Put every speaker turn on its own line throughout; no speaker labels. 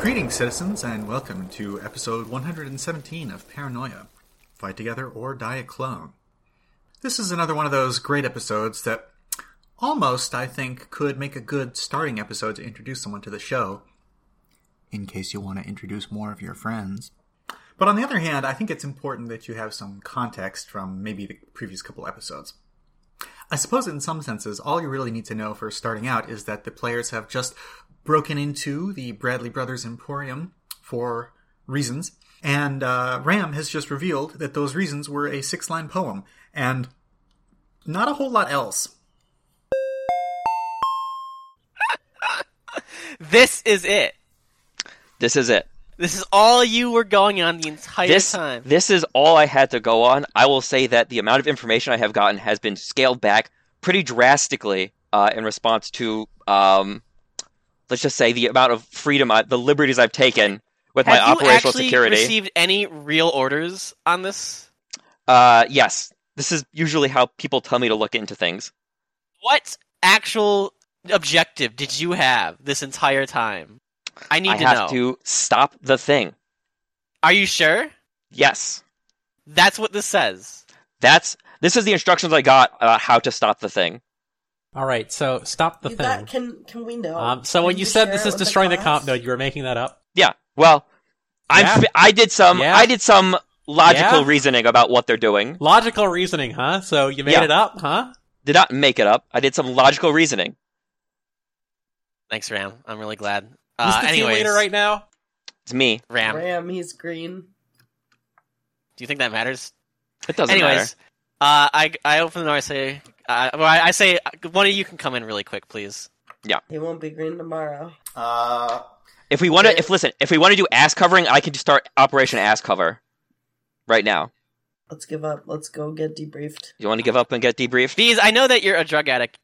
Greetings, citizens, and welcome to episode 117 of Paranoia Fight Together or Die a Clone. This is another one of those great episodes that almost, I think, could make a good starting episode to introduce someone to the show, in case you want to introduce more of your friends. But on the other hand, I think it's important that you have some context from maybe the previous couple episodes. I suppose in some senses, all you really need to know for starting out is that the players have just broken into the Bradley Brothers Emporium for reasons, and uh, Ram has just revealed that those reasons were a six line poem, and not a whole lot else.
This is it.
This is it.
This is all you were going on the entire
this
time.
this is all I had to go on. I will say that the amount of information I have gotten has been scaled back pretty drastically uh, in response to, um, let's just say, the amount of freedom, I, the liberties I've taken with
Have
my
you
operational
actually
security.
received any real orders on this?
uh, yes, this is usually how people tell me to look into things.
What actual objective did you have this entire time? I need
I
to know.
have to stop the thing.
Are you sure?
Yes,
That's what this says.
that's this is the instructions I got about how to stop the thing.
All right, so stop the
You
thing.
got- can can we know?
um, so
Can
when you
you
said
share
this
it
is
with the
destroying the,
class?
comp node, you were making that up.
Yeah, well, I'm
Yeah.
fi- I did some
Yeah.
I did some logical
Yeah.
reasoning about what they're doing.
Logical reasoning, huh? So you made
Yeah.
it up, huh?
did not make it up. I did some logical reasoning.
Thanks, Ram. I'm really glad.
Who's
Uh,
the team
anyways,
leader right now?
It's me.
Ram,
Ram, he's green.
do you think that matters?
It doesn't
Anyways, uh, I I open the door. I say, uh, well, I, I say, uh, one of you can come in really quick, please.
He won't be green tomorrow.
Uh,
matter. If we want to,
Okay.
if listen, if we want to do ass covering, I can just start Operation Ass Cover right now.
Let's give up. Let's go get debriefed.
You want to give up and get debriefed?
Bees, I know that you're a drug addict,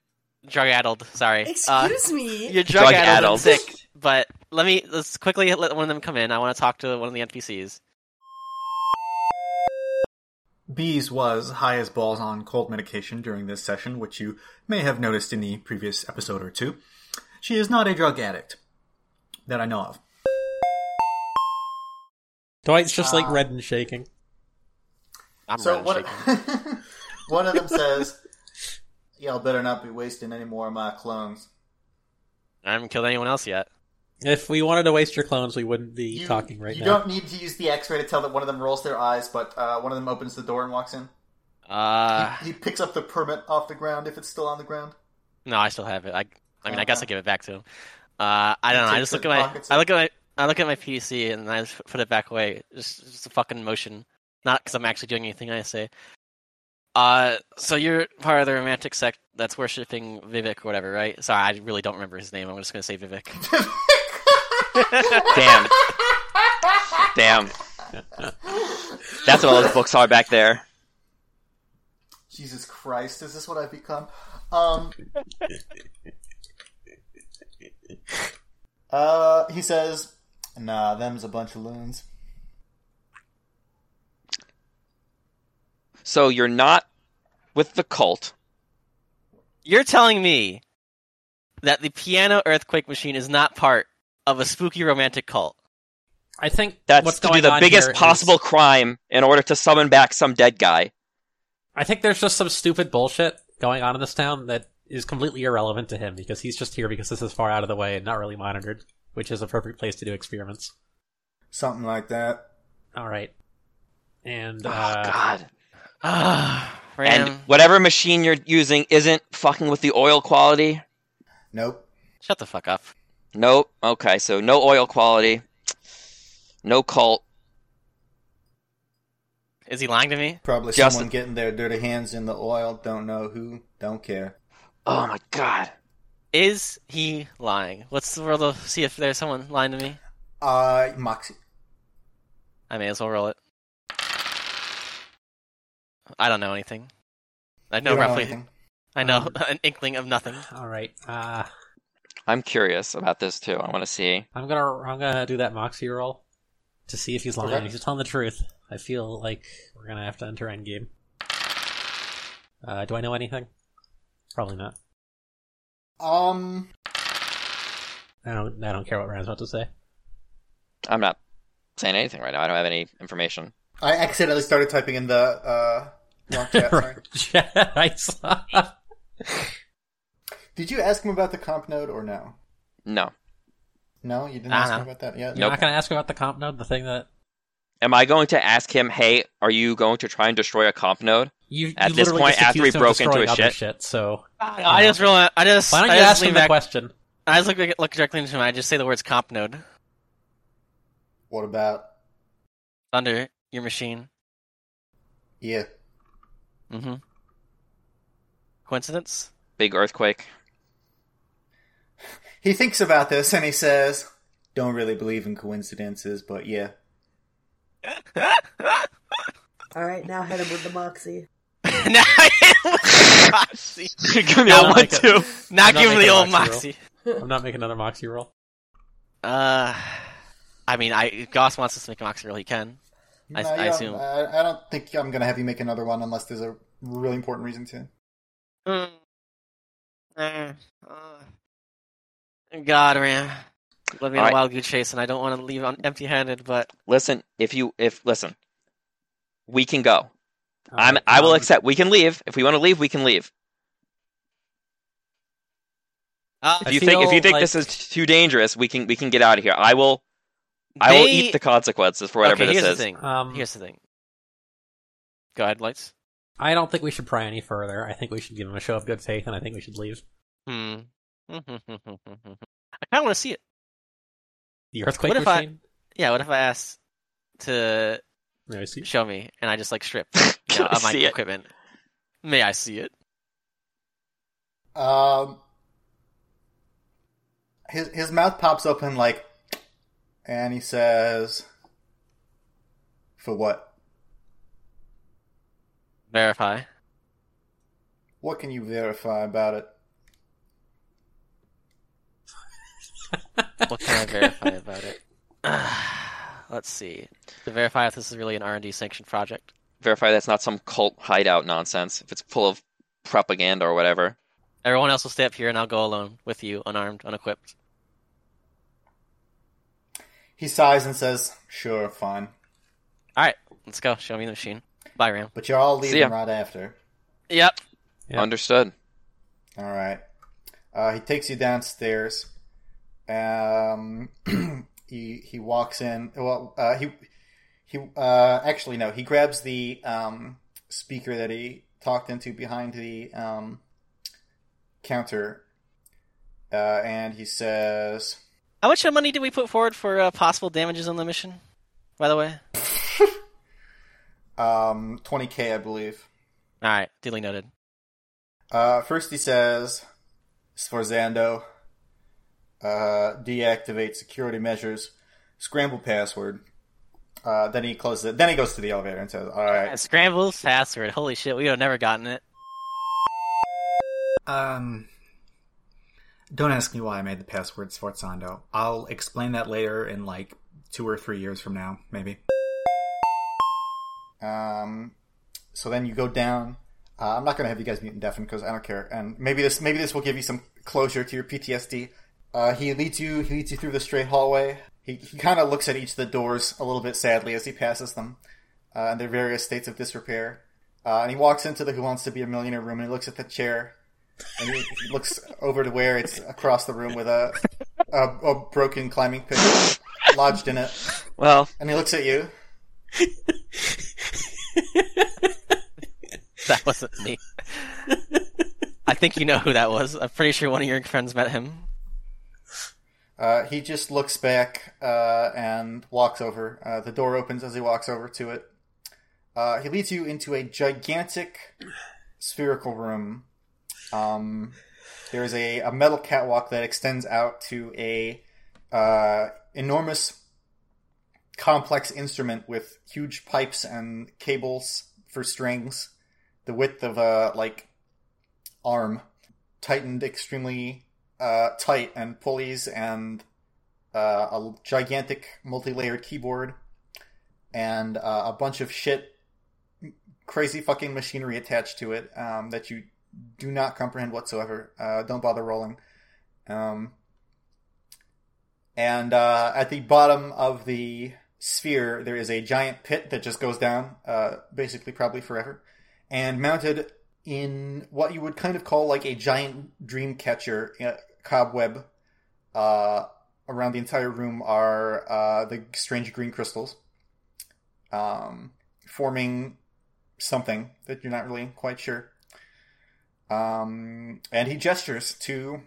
drug addled. Sorry. Uh,
Excuse me.
You're drug,
Drug
addled, and
addled.
sick. But let me let's quickly let one of them come in. I want to talk to one of the NPCs.
Bees was high as balls on cold medication during this session, which you may have noticed in the previous episode or two. She is not a drug addict, that I know of.
Dwight's just
Uh,
like red and shaking.
I'm
So
running
one,
shaking.
one of them says, "Y'all better not be wasting any more of my clones."
I haven't killed anyone else yet.
If we wanted to waste your clones, we wouldn't be
You-
talking right
you
now.
don't need to use the X-ray to tell that one of them rolls their eyes, but uh, one of them opens the door and walks in.
Uh,
Ah.
He picks up the permit off the ground if it's still on the ground.
no, I still have it. I I mean, I guess I
Uh-huh.
give it back to him. Uh, I don't know. I
Takes
just
it
look at my
pockets
I
it.
look at my I look at my PC and I just put it back away. Just just a fucking motion, not because I'm actually doing anything. I say. Uh, so you're part of the romantic sect that's worshiping Vivek or whatever, right? Sorry, I really don't remember his name. I'm just gonna say Vivek.
Damn. Damn. That's what all those books are back there.
Jesus Christ, is this what I've become? Um, uh, he says, "Nah, them's a bunch of loons."
So you're not with the cult.
You're telling me that the piano earthquake machine is not part of a spooky romantic cult.
I think
That's
what's
to
going
do the
on
biggest
here is-
possible crime in order to summon back some dead guy.
I think there's just some stupid bullshit going on in this town that is completely irrelevant to him because he's just here because this is far out of the way and not really monitored, which is a perfect place to do experiments.
Something like that.
All right, and
Oh
uh,
God.
Ah, Ram,
And whatever machine you're using isn't fucking with the oil quality.
Nope.
shut the fuck up.
Nope. Okay, so no oil quality, no cult.
Is he lying to me?
Probably
Just-
someone getting their dirty hands in the oil. Don't know who. Don't care.
Oh my god.
Is he lying? What's the world of see if there's someone lying to me?
Uh, Moxie.
I may as well roll it. I don't know anything. I know
You don't
roughly.
anything.
I know
Um,
an inkling of nothing.
all right, uh,
I'm curious about this too. I want to see.
I'm gonna I'm gonna do that moxie roll to see if he's lying.
Okay.
If He's telling the truth. I feel like we're gonna have to enter endgame. Uh, do I know anything? Probably not.
Um,
I don't. I don't care what Rand's about to say.
I'm not saying anything right now. I don't have any information.
I accidentally started typing in the uh, wrong chat. Sorry.
Jet, I saw.
Did you ask him about the comp node or no?
No.
No, you didn't
Uh-huh.
ask him about that yet.
You're
Nope.
not going to ask about the comp node, the thing that
Am I going to ask him, "Hey, are you going to try and destroy a comp node?"
you
At
you
this
literally
point,
just
after
accused
we
him of
broke into
destroying
his
other
shit.
so
I, I just realized. I just.
why don't
I
you
just
ask
lean
him the
back-
question?
I just look, look directly into him. I just say the words comp node
What about
under your machine.
yeah?
Mm-hmm. Coincidence?
Big earthquake.
He thinks about this and he says, "Don't really believe in coincidences, but yeah."
All right, now hit him with the moxie.
now
Give me
No, no,
a one,
like a-
two.
Not give him the
making
old
a moxie
moxie.
I'm not making another moxie roll.
Uh, I mean, I if Goss wants us to make a moxie roll. He can. I-
No,
I
you don't-
assume.
I, I don't think I'm gonna have you make another one unless there's a really important reason to.
Mm, mm. God, man, let me in
All right.
a wild goose chase, and I don't want to leave on empty-handed. But
Listen, if you if listen, we can go. I'm.
Alright,
I will
um,
accept. We can leave if we want to leave. We can leave.
uh,
I
If you think if you
feel
think this
like-
is too dangerous, we can we can get out of here. I will. I will
they-
eat the consequences for whatever
okay,
this
here's
is.
the thing.
Um,
Here's the thing. Go ahead, lights.
I don't think we should pry any further. I think we should give him a show of good faith, and I think we should leave.
Hmm. I kind of want to see it.
The earthquake
What if I-
machine.
Yeah. What if I asked to
No, I see.
show me, and I just like strip you
Can
know,
I
of my
see it?
equipment? May I see it?
Um, his his mouth pops open like, and he says, "For what?
Verify.
What can you verify about it?"
What can I verify about it? Let's see. To verify if this is really an R and D sanctioned project.
Verify that's not some cult hideout nonsense. If it's full of propaganda or whatever.
Everyone else will stay up here, and I'll go alone with you, unarmed, unequipped.
He sighs and says, "Sure, fine,
All right, let's go. Show me the machine. Bye, Ram.
but you're all
See ya.
leaving right after."
Yep.
Yeah.
Understood.
All right. Uh, he takes you downstairs. Um, he he walks in. Well, uh, he he uh, actually no. He grabs the um, speaker that he talked into behind the um, counter, uh, and he says,
How much uh, money did we put forward for uh, possible damages on the mission? By the way.
um, "20k, I believe."
All right. Duly noted.
Uh, first, he says, Sforzando, uh, deactivate security measures, scramble password. Uh, then he closes it. Then he goes to the elevator and says, All
Uh,
right.
Scrambles password. Holy shit, we would have never gotten it.
Um, don't ask me why I made the password Sforzando. I'll explain that later in like two or three years from now, maybe.
Um, so then you go down. Uh, I'm not going to have you guys mute and deafen because I don't care. And maybe this maybe this will give you some closure to your PTSD. Uh, he leads you he leads you through the straight hallway. He, he kind of looks at each of the doors a little bit sadly as he passes them, uh, and their various states of disrepair. Uh, and he walks into the Who Wants to Be a Millionaire room and he looks at the chair, and he, he looks over to where it's across the room with a a, a broken climbing pit lodged in it,
Well,
and he looks at you.
That wasn't me. I think you know who that was. I'm pretty sure one of your friends met him.
Uh, he just looks back uh, and walks over. Uh, the door opens as he walks over to it. Uh, he leads you into a gigantic spherical room. Um, there is a, a metal catwalk that extends out to a uh, enormous, complex instrument with huge pipes and cables for strings, the width of a like arm, tightened extremely uh, tight and pulleys and uh, a gigantic multi-layered keyboard and uh, a bunch of shit, crazy fucking machinery attached to it um, that you do not comprehend whatsoever. Uh, don't bother rolling. Um, And uh, at the bottom of the sphere, there is a giant pit that just goes down, uh, basically, probably forever. And mounted in what you would kind of call like a giant dream catcher uh, cobweb uh, around the entire room are uh, the strange green crystals, um, forming something that you're not really quite sure. Um, and he gestures to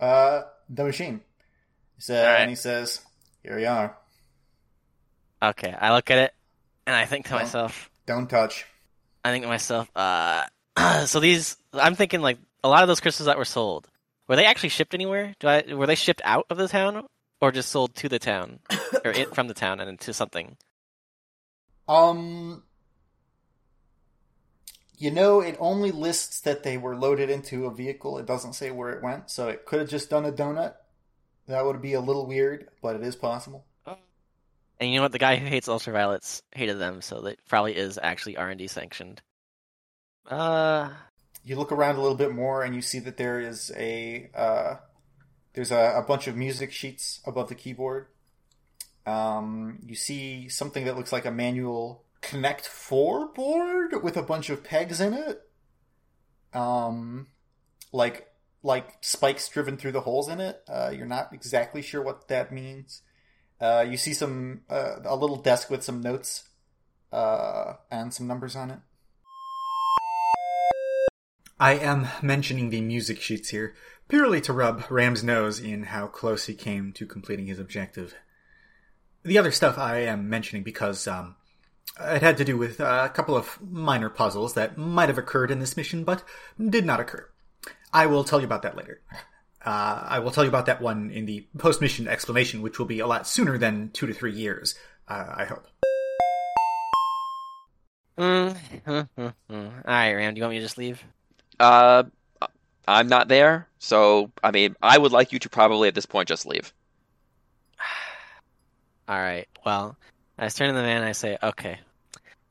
uh, the machine. He sa-
All right.
And he says, Here you are.
Okay, I look at it and I think to
Well-
myself,
Don't touch.
I think to myself, uh, so these, I'm thinking like a lot of those crystals that were sold, were they actually shipped anywhere? Do I, were they shipped out of the town or just sold to the town or in, from the town and into something?
Um, you know, it only lists that they were loaded into a vehicle. It doesn't say where it went, so it could have just done a donut. That would be a little weird, but it is possible.
And you know what? The guy who hates ultraviolets hated them, so that probably is actually R and D sanctioned. Uh,
You look around a little bit more, and you see that there is a uh, there's a, a bunch of music sheets above the keyboard. Um, you see something that looks like a manual Connect Four board with a bunch of pegs in it, um, like like spikes driven through the holes in it. Uh, you're not exactly sure what that means. Uh, you see some uh, a little desk with some notes uh, and some numbers on it.
I am mentioning the music sheets here purely to rub Ram's nose in how close he came to completing his objective. The other stuff I am mentioning because um, it had to do with uh, a couple of minor puzzles that might have occurred in this mission but did not occur. I will tell you about that later. Uh, I will tell you about that one in the post mission explanation, which will be a lot sooner than two to three years, uh, I hope.
mm, mm, mm, mm. all right, Ram, do you want me to just leave?
Uh, I'm not there, so I mean, I would like you to probably at this point just leave.
All right. Well, I just turn to the man and I say, "Okay.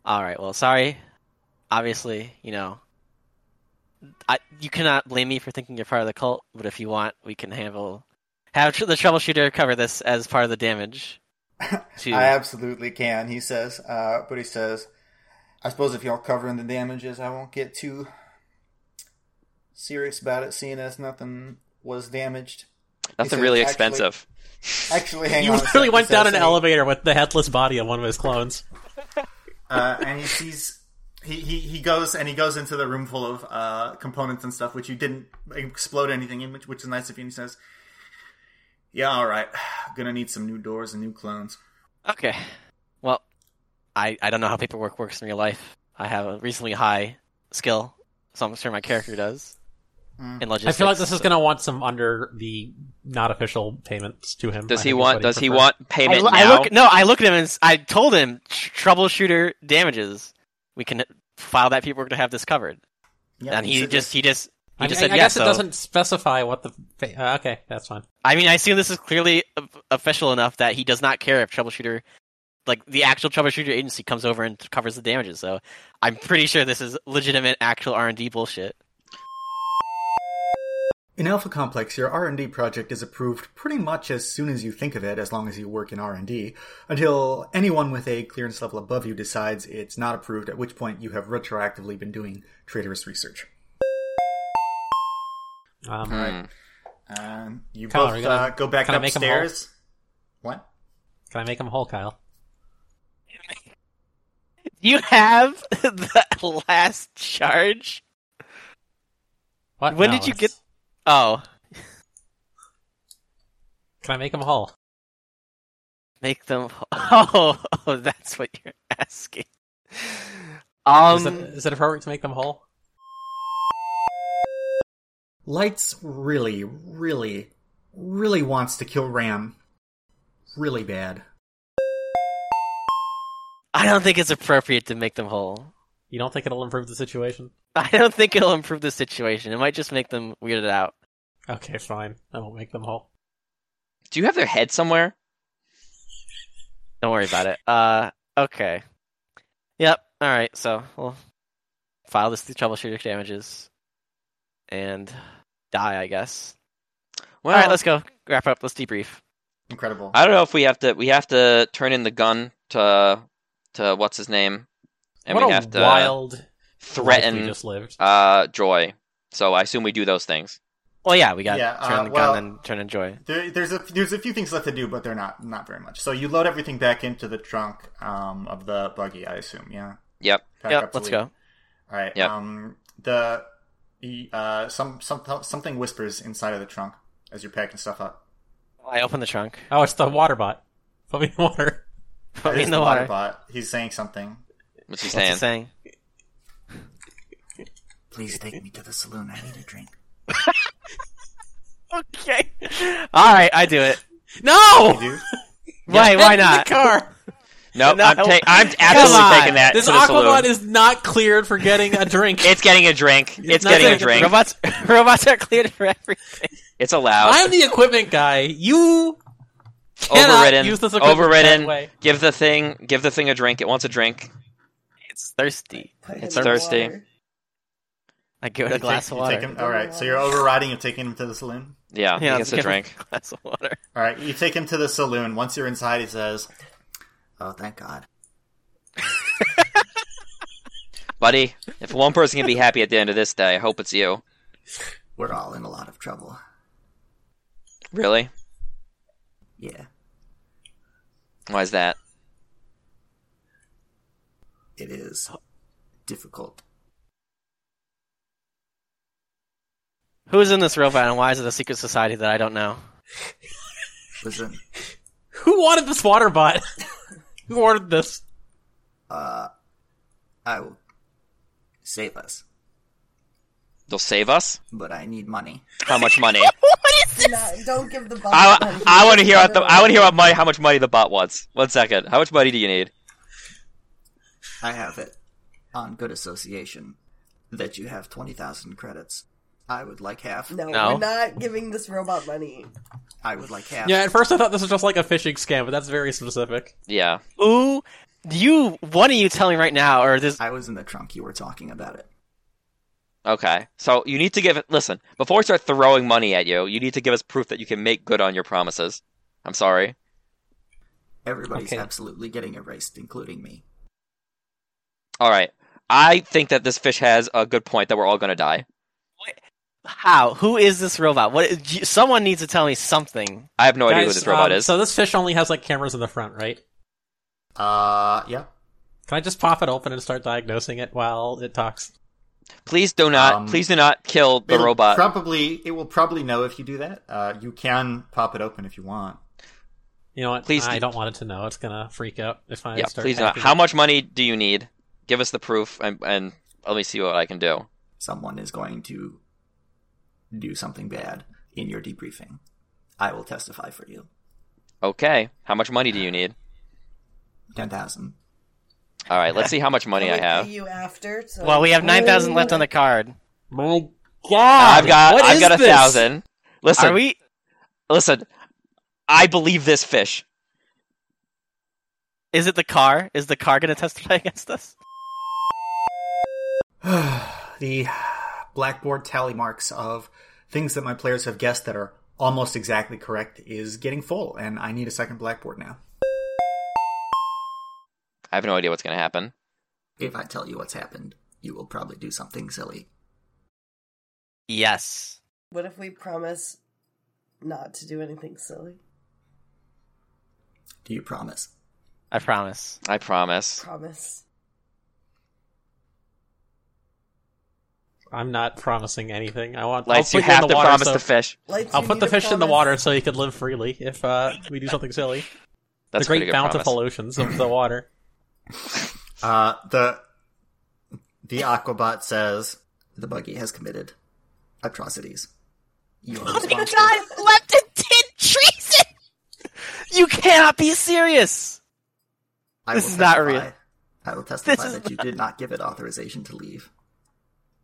All right. Well, sorry. Obviously, you know, I you cannot blame me for thinking you're part of the cult. But if you want, we can handle have tr- the troubleshooter cover this as part of the damage." To
I absolutely can, he says. Uh, but he says, I suppose if y'all covering the damages, I won't get too serious about it, seeing as nothing was damaged.
Nothing
said,
really
"Actually,
expensive.
Actually, hang
you
on. a
literally
sec,"
went
he says
down an
to me.
elevator with the headless body of one of his clones.
Uh, and
and he sees he, he he goes and he goes into the room full of uh, components and stuff, which you didn't explode anything in, which, which is nice of you. And he says, "Yeah, all right, gonna need some new doors and new clones."
Okay. Well, I I don't know how paperwork works in real life. I have a reasonably high skill, so I'm sure my character does.
Mm.
In logistics,
I feel like this is going to want some under the not official payments to him.
Does he
I think is
want?
what
Does he
preferred.
want
I,
payment
lo- I
now?
look no, I look at him and s- I told him "Tr- troubleshooter damages. We can file that paperwork to have this covered.
Yeah,
and he
said
just he just he
I,
just
mean,
said
I
yes.
guess
so-
it doesn't specify what the. fa- Uh, okay, that's fine.
I mean, I assume this is clearly o- official enough that he does not care if troubleshooter, like the actual troubleshooter agency, comes over and covers the damages. So I'm pretty sure this is legitimate, actual R and D bullshit.
In Alpha Complex, your R&D project is approved pretty much as soon as you think of it, as long as you work in R&D, until anyone with a clearance level above you decides it's not approved, at which point you have retroactively been doing traitorous research.
Um,
Hmm.
Um, you
Kyle, are
both
we gonna-
uh, go back
can I make 'em whole?
upstairs. What?
Can I make him whole, Kyle?
You have the last charge.
What?
When
No,
did you
it's-
Oh,
Can I make him whole?
make them. Oh, that's what you're asking. Um,
is, it, is it appropriate to make them whole?
Lights really, really, really wants to kill Ram. Really bad.
I don't think it's appropriate to make them whole.
You don't think it'll improve the situation?
I don't think it'll improve the situation. It might just make them weirded out.
Okay, fine. I won't make them whole.
Do you have their head somewhere?
Don't worry about it. Uh, okay. Yep. All right. So we'll file this through troubleshooter damages and die. I guess.
Well,
Oh. All right. Let's go. Wrap up. Let's debrief.
Incredible.
I don't know if we have to we have to turn in the gun to to what's his name, and
what
we
a
have to
wild life we
threaten
just lived.
uh, Joy. So I assume we do those things.
Well, yeah, we got
Yeah,
turn
uh,
the
well-
gun and turn and joy.
There, there's a there's a few things left to do, but they're not not very much. So you load everything back into the trunk um, of the buggy, I assume. Yeah.
Yep.
Pack
Yep,
up to
let's
leave.
go.
All right.
Yep.
Um, the the, uh, some some something whispers inside of the trunk as you're packing stuff up.
I open the trunk.
Oh, it's the water bot. Put me in water.
Put
It
me
is
in the water.
Bot. He's saying something.
What's he
What's
saying?
he saying?
Please take me to the saloon. I need a drink.
Okay. All right, I do it.
No!
You do?
Why? Why
In the
not?
car.
Nope,
No.
I'm, ta- I'm
Come
absolutely
on.
taking that
This
to the
Aquabot
saloon.
is not cleared for getting a drink.
It's getting a drink. It's,
not
getting a
taking a
drink.
Robots, robots are cleared for everything.
It's allowed.
I'm the equipment guy. You cannot
overridden.
use this equipment that
overridden.
way.
Give the thing. Give the thing a drink. It wants a drink.
It's thirsty.
Put him
It's
in
thirsty.
water.
I give it a
You
glass
take-
of
you
water.
take him- all right. So you're overriding him, taking him to the saloon.
Yeah,
Yeah,
he
let's
gets a
give him
drink.
a glass of water.
All right, you take him to the saloon. Once you're inside, he says, "Oh, thank God."
Buddy, if one person can be happy at the end of this day, I hope it's you.
We're all in a lot of trouble.
Really?
Yeah,
Why is that?
it is difficult.
Who's in this robot and why is it a secret society that I don't know?
Listen,
Who wanted this water bot? Who ordered this?
uh, I will save us,
They'll save us?
but I need money.
How much money?
No, don't give the bot.
I, I want to hear what the, I want to hear what money, how much money the bot wants. One second. How much money do you need?
I have it on good association that you have twenty thousand credits. I would like half.
No,
No.
we're not giving this robot money.
I would like half.
Yeah, at first I thought this was just like a phishing scam, but that's very specific.
Yeah.
Ooh, you, one of you tell me right now, or this,
I was in the trunk. You were talking about it.
Okay. So you need to give it. Listen, before we start throwing money at you, you need to give us proof that you can make good on your promises. I'm sorry.
Everybody's
Okay.
absolutely getting erased, including me.
All right. I think that this fish has a good point that we're all going to die.
how, who is this robot? What, you- someone needs to tell me something.
I have no idea who
Guys,
this robot
um,
is.
So this fish only has like cameras in the front, right?
Uh, yeah.
Can I just pop it open and start diagnosing it while it talks?
please do not.
um,
please do not kill the
It'll
robot.
Probably, it will probably know if you do that. Uh, you can pop it open if you want.
You know what?
Please
I
do-
don't want it to know. It's gonna freak out if I
yeah.
start.
Please do not.
hacking
How
it.
much money do you need? Give us the proof, and, and let me see what I can do.
Someone is going to do something bad in your debriefing. I will testify for you.
Okay. How much money do you need?
Ten thousand.
All right. Let's see how much money I
We'll pay
have.
You after? So
Well, we have 9,000 left on the card.
My God!
I've got.
What
I've
is
got a
this?
thousand. Listen.
Are we,
Listen. I believe this fish.
is it the car? Is the car going to testify against us?
the blackboard tally marks of things that my players have guessed that are almost exactly correct is getting full, and I need a second blackboard now.
I have no idea what's going to happen.
If I tell you what's happened, you will probably do something silly.
Yes.
What if we promise not to do anything silly?
Do you promise?
I promise.
I promise.
Promise.
I'm not promising anything. I want.
Lights.
I'll
You
put in
have
the
to
water
promise
so-
the fish.
Lights,
I'll
you
put
need
the
to
fish in the
promise-
water so he could live freely if uh, we do something silly.
That's a
the
pretty
great
good
bountiful
promise.
oceans of the water.
Uh, the the Aquabot says,
The buggy has committed atrocities. You are
Oh my
responsible.
god, Lepton treason! You cannot be serious!
I
This
will
is not
testify-
real.
I will testify
is
that you did not give it authorization to leave.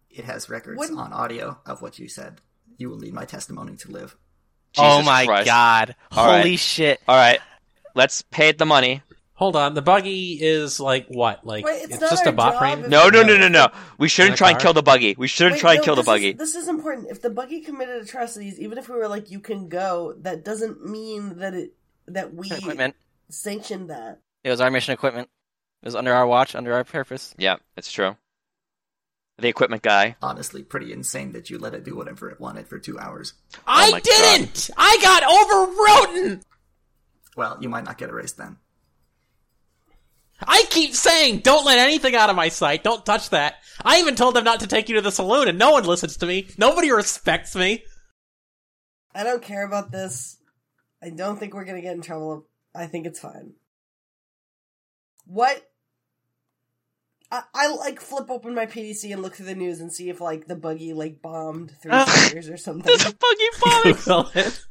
It has records
Wouldn't-
on audio of what you said. You will need my testimony to live.
oh
Jesus
my
Christ.
god.
All
Holy
right.
shit.
All right. Let's pay it the money.
Hold on, the buggy is like what? Like
Wait, it's
it's,
not
just a
our
bot
job
brain?
if-
No, no, no, no, no. We
In
shouldn't
a
try and
car?
kill the buggy. We shouldn't
Wait,
try and
no,
kill the
this
buggy.
Is, this is important. If the buggy committed atrocities, even if we were like, you can go, that doesn't mean that it that we
equipment.
sanctioned that.
It was our mission equipment. It was under our watch, under our purpose.
Yeah, it's true. The equipment guy.
Honestly, pretty insane that you let it do whatever it wanted for two hours.
Oh my
I
God.
didn't. I got overridden.
Well, you might not get a raise then.
I keep saying, don't let anything out of my sight. Don't touch that. I even told them not to take you to the saloon, and no one listens to me. Nobody respects me.
I don't care about this. I don't think we're gonna get in trouble. I think it's fine. What? I, I like flip open my PDC and look through the news and see if like the buggy like bombed three years or something.
There's a buggy bomb.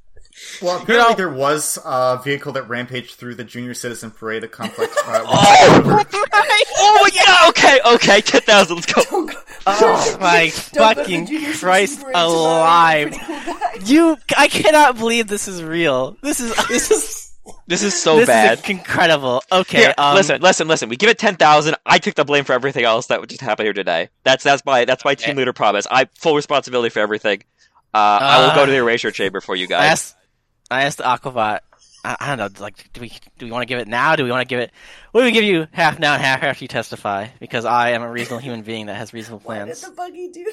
Well,
Well, apparently
know-
there was a vehicle that rampaged through the Junior Citizen Parade at Complex. Uh, oh!
oh yeah. Okay. Okay. Ten thousand. Let's go.
Don't go-
Oh my
don't go to
fucking
Junior Citizen
Christ
Parade tomorrow.
alive!
You're a pretty cool guy.
You, I cannot believe this is real. This is this is
This is so
this
bad.
is incredible. Okay,
Here,
um,
listen, listen, listen. We give it ten thousand. I took the blame for everything else that just happened here today. That's that's my that's my team
Okay.
leader promise. I full responsibility for everything. Uh, I will go
Uh,
to the erasure chamber for you
I
guys.
asked, I asked the Aquabot. I, I don't know. Like, do we do we want to give it now? Do we want to give it? Well, we give you half now and half after you testify, because I am a reasonable human being that has reasonable
Why did
plans.
the buggy do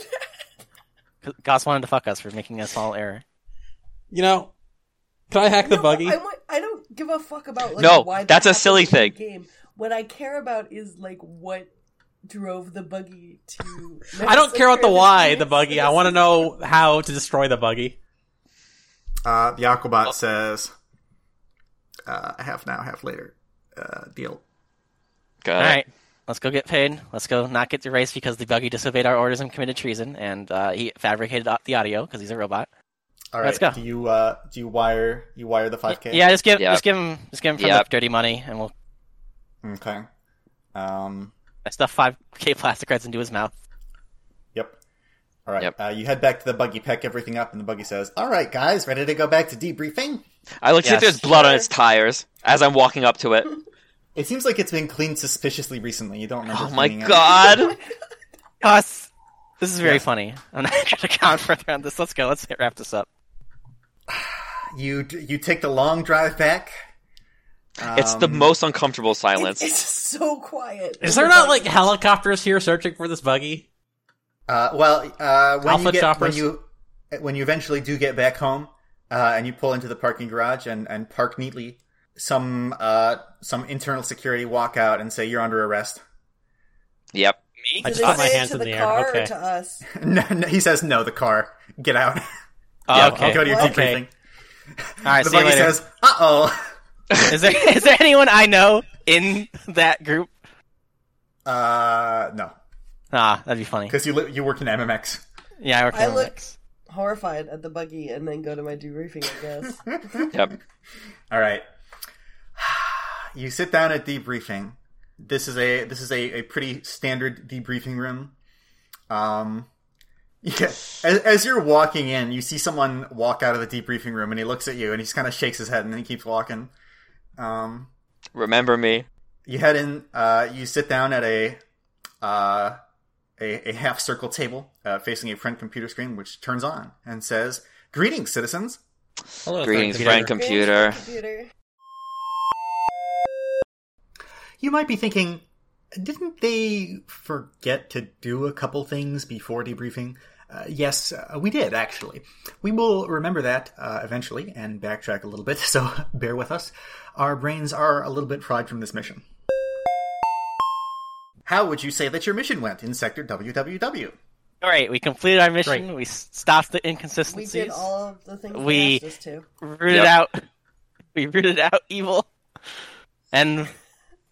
that?
Goss wanted to fuck us for making a small error.
you know, can I hack the
No,
buggy?
I, want- I don't give a fuck about like,
No,
why that
that's a
happened
silly
in the
thing.
Game. What I care about is like what drove the buggy to.
I don't care about the why, the buggy. I want to know how to destroy the buggy.
Uh, the Aquabot says,
Uh, half now, half later. Uh, deal.
Got
All
it.
right, let's go get paid. Let's go not get erased because the buggy disobeyed our orders and committed treason, and uh, he fabricated the audio because he's a robot.
All
Let's go.
Do you uh, do you wire you wire the five k?
Yeah, just give
Yep.
just give him just give him for
Yep.
the dirty money, and we'll
Okay. Um.
stuff five k plastic reds into his mouth.
Yep. All right.
Yep.
Uh, you head back to the buggy, pack everything up, and the buggy says, "All right, guys, ready to go back to debriefing."
I look see
Yes.
if there's blood on its tires as I'm walking up to it.
It seems like it's been cleaned suspiciously recently. You don't remember.
Oh my
cleaning it.
god.
Goss, this is very funny. I'm not going to count further on this. Let's go. Let's wrap this up.
You d- you take the long drive back.
It's the
Um,
most uncomfortable
It's,
silence.
it's so quiet.
Is there not like helicopters here searching for this buggy?
Uh, well, uh, when you
Alpha
get
choppers.
when you when you eventually do get back home, uh, and you pull into the parking garage and, and park neatly, some uh, some internal security walk out and say you're under arrest.
Yep.
Me?
I
Do
just
they
put my
say it
hands
to
in
the,
the
car
air.
or
Okay.
to us?
no, no, he says no. The car, get out.
Yeah,
Oh, okay.
Go to your
What?
debriefing.
All right.
The
see you
buggy
later.
says, "Uh oh."
Is there is there anyone I know in that group?
Uh, no,
Ah, that'd be funny.
because you li- you work in MMX.
Yeah, I work
I
on
look-
Linux.
Horrified at the buggy and then go to my debriefing, I guess.
Yep.
All right. You sit down at debriefing. This is a this is a, a pretty standard debriefing room. Um, yeah. As, as you're walking in, you see someone walk out of the debriefing room, and he looks at you, and he just kind of shakes his head, and then he keeps walking. Um,
Remember me.
you head in. Uh, you sit down at a uh, a, a half circle table uh, facing a front computer screen, which turns on and says, "Greetings, citizens."
Hello,
Greetings, friend
Frank.
computer.
Computer.
You might be thinking, didn't they forget to do a couple things before debriefing? Uh, yes, uh, we did, actually. We will remember that uh, eventually and backtrack a little bit, so bear with us. Our brains are a little bit fried from this mission.
How would you say that your mission went in Sector WWW?
All right, we completed our mission. We s- stopped the
We
inconsistencies.
did all of the things
We-
we asked us to.
rooted
Yep.
out. We rooted out evil, and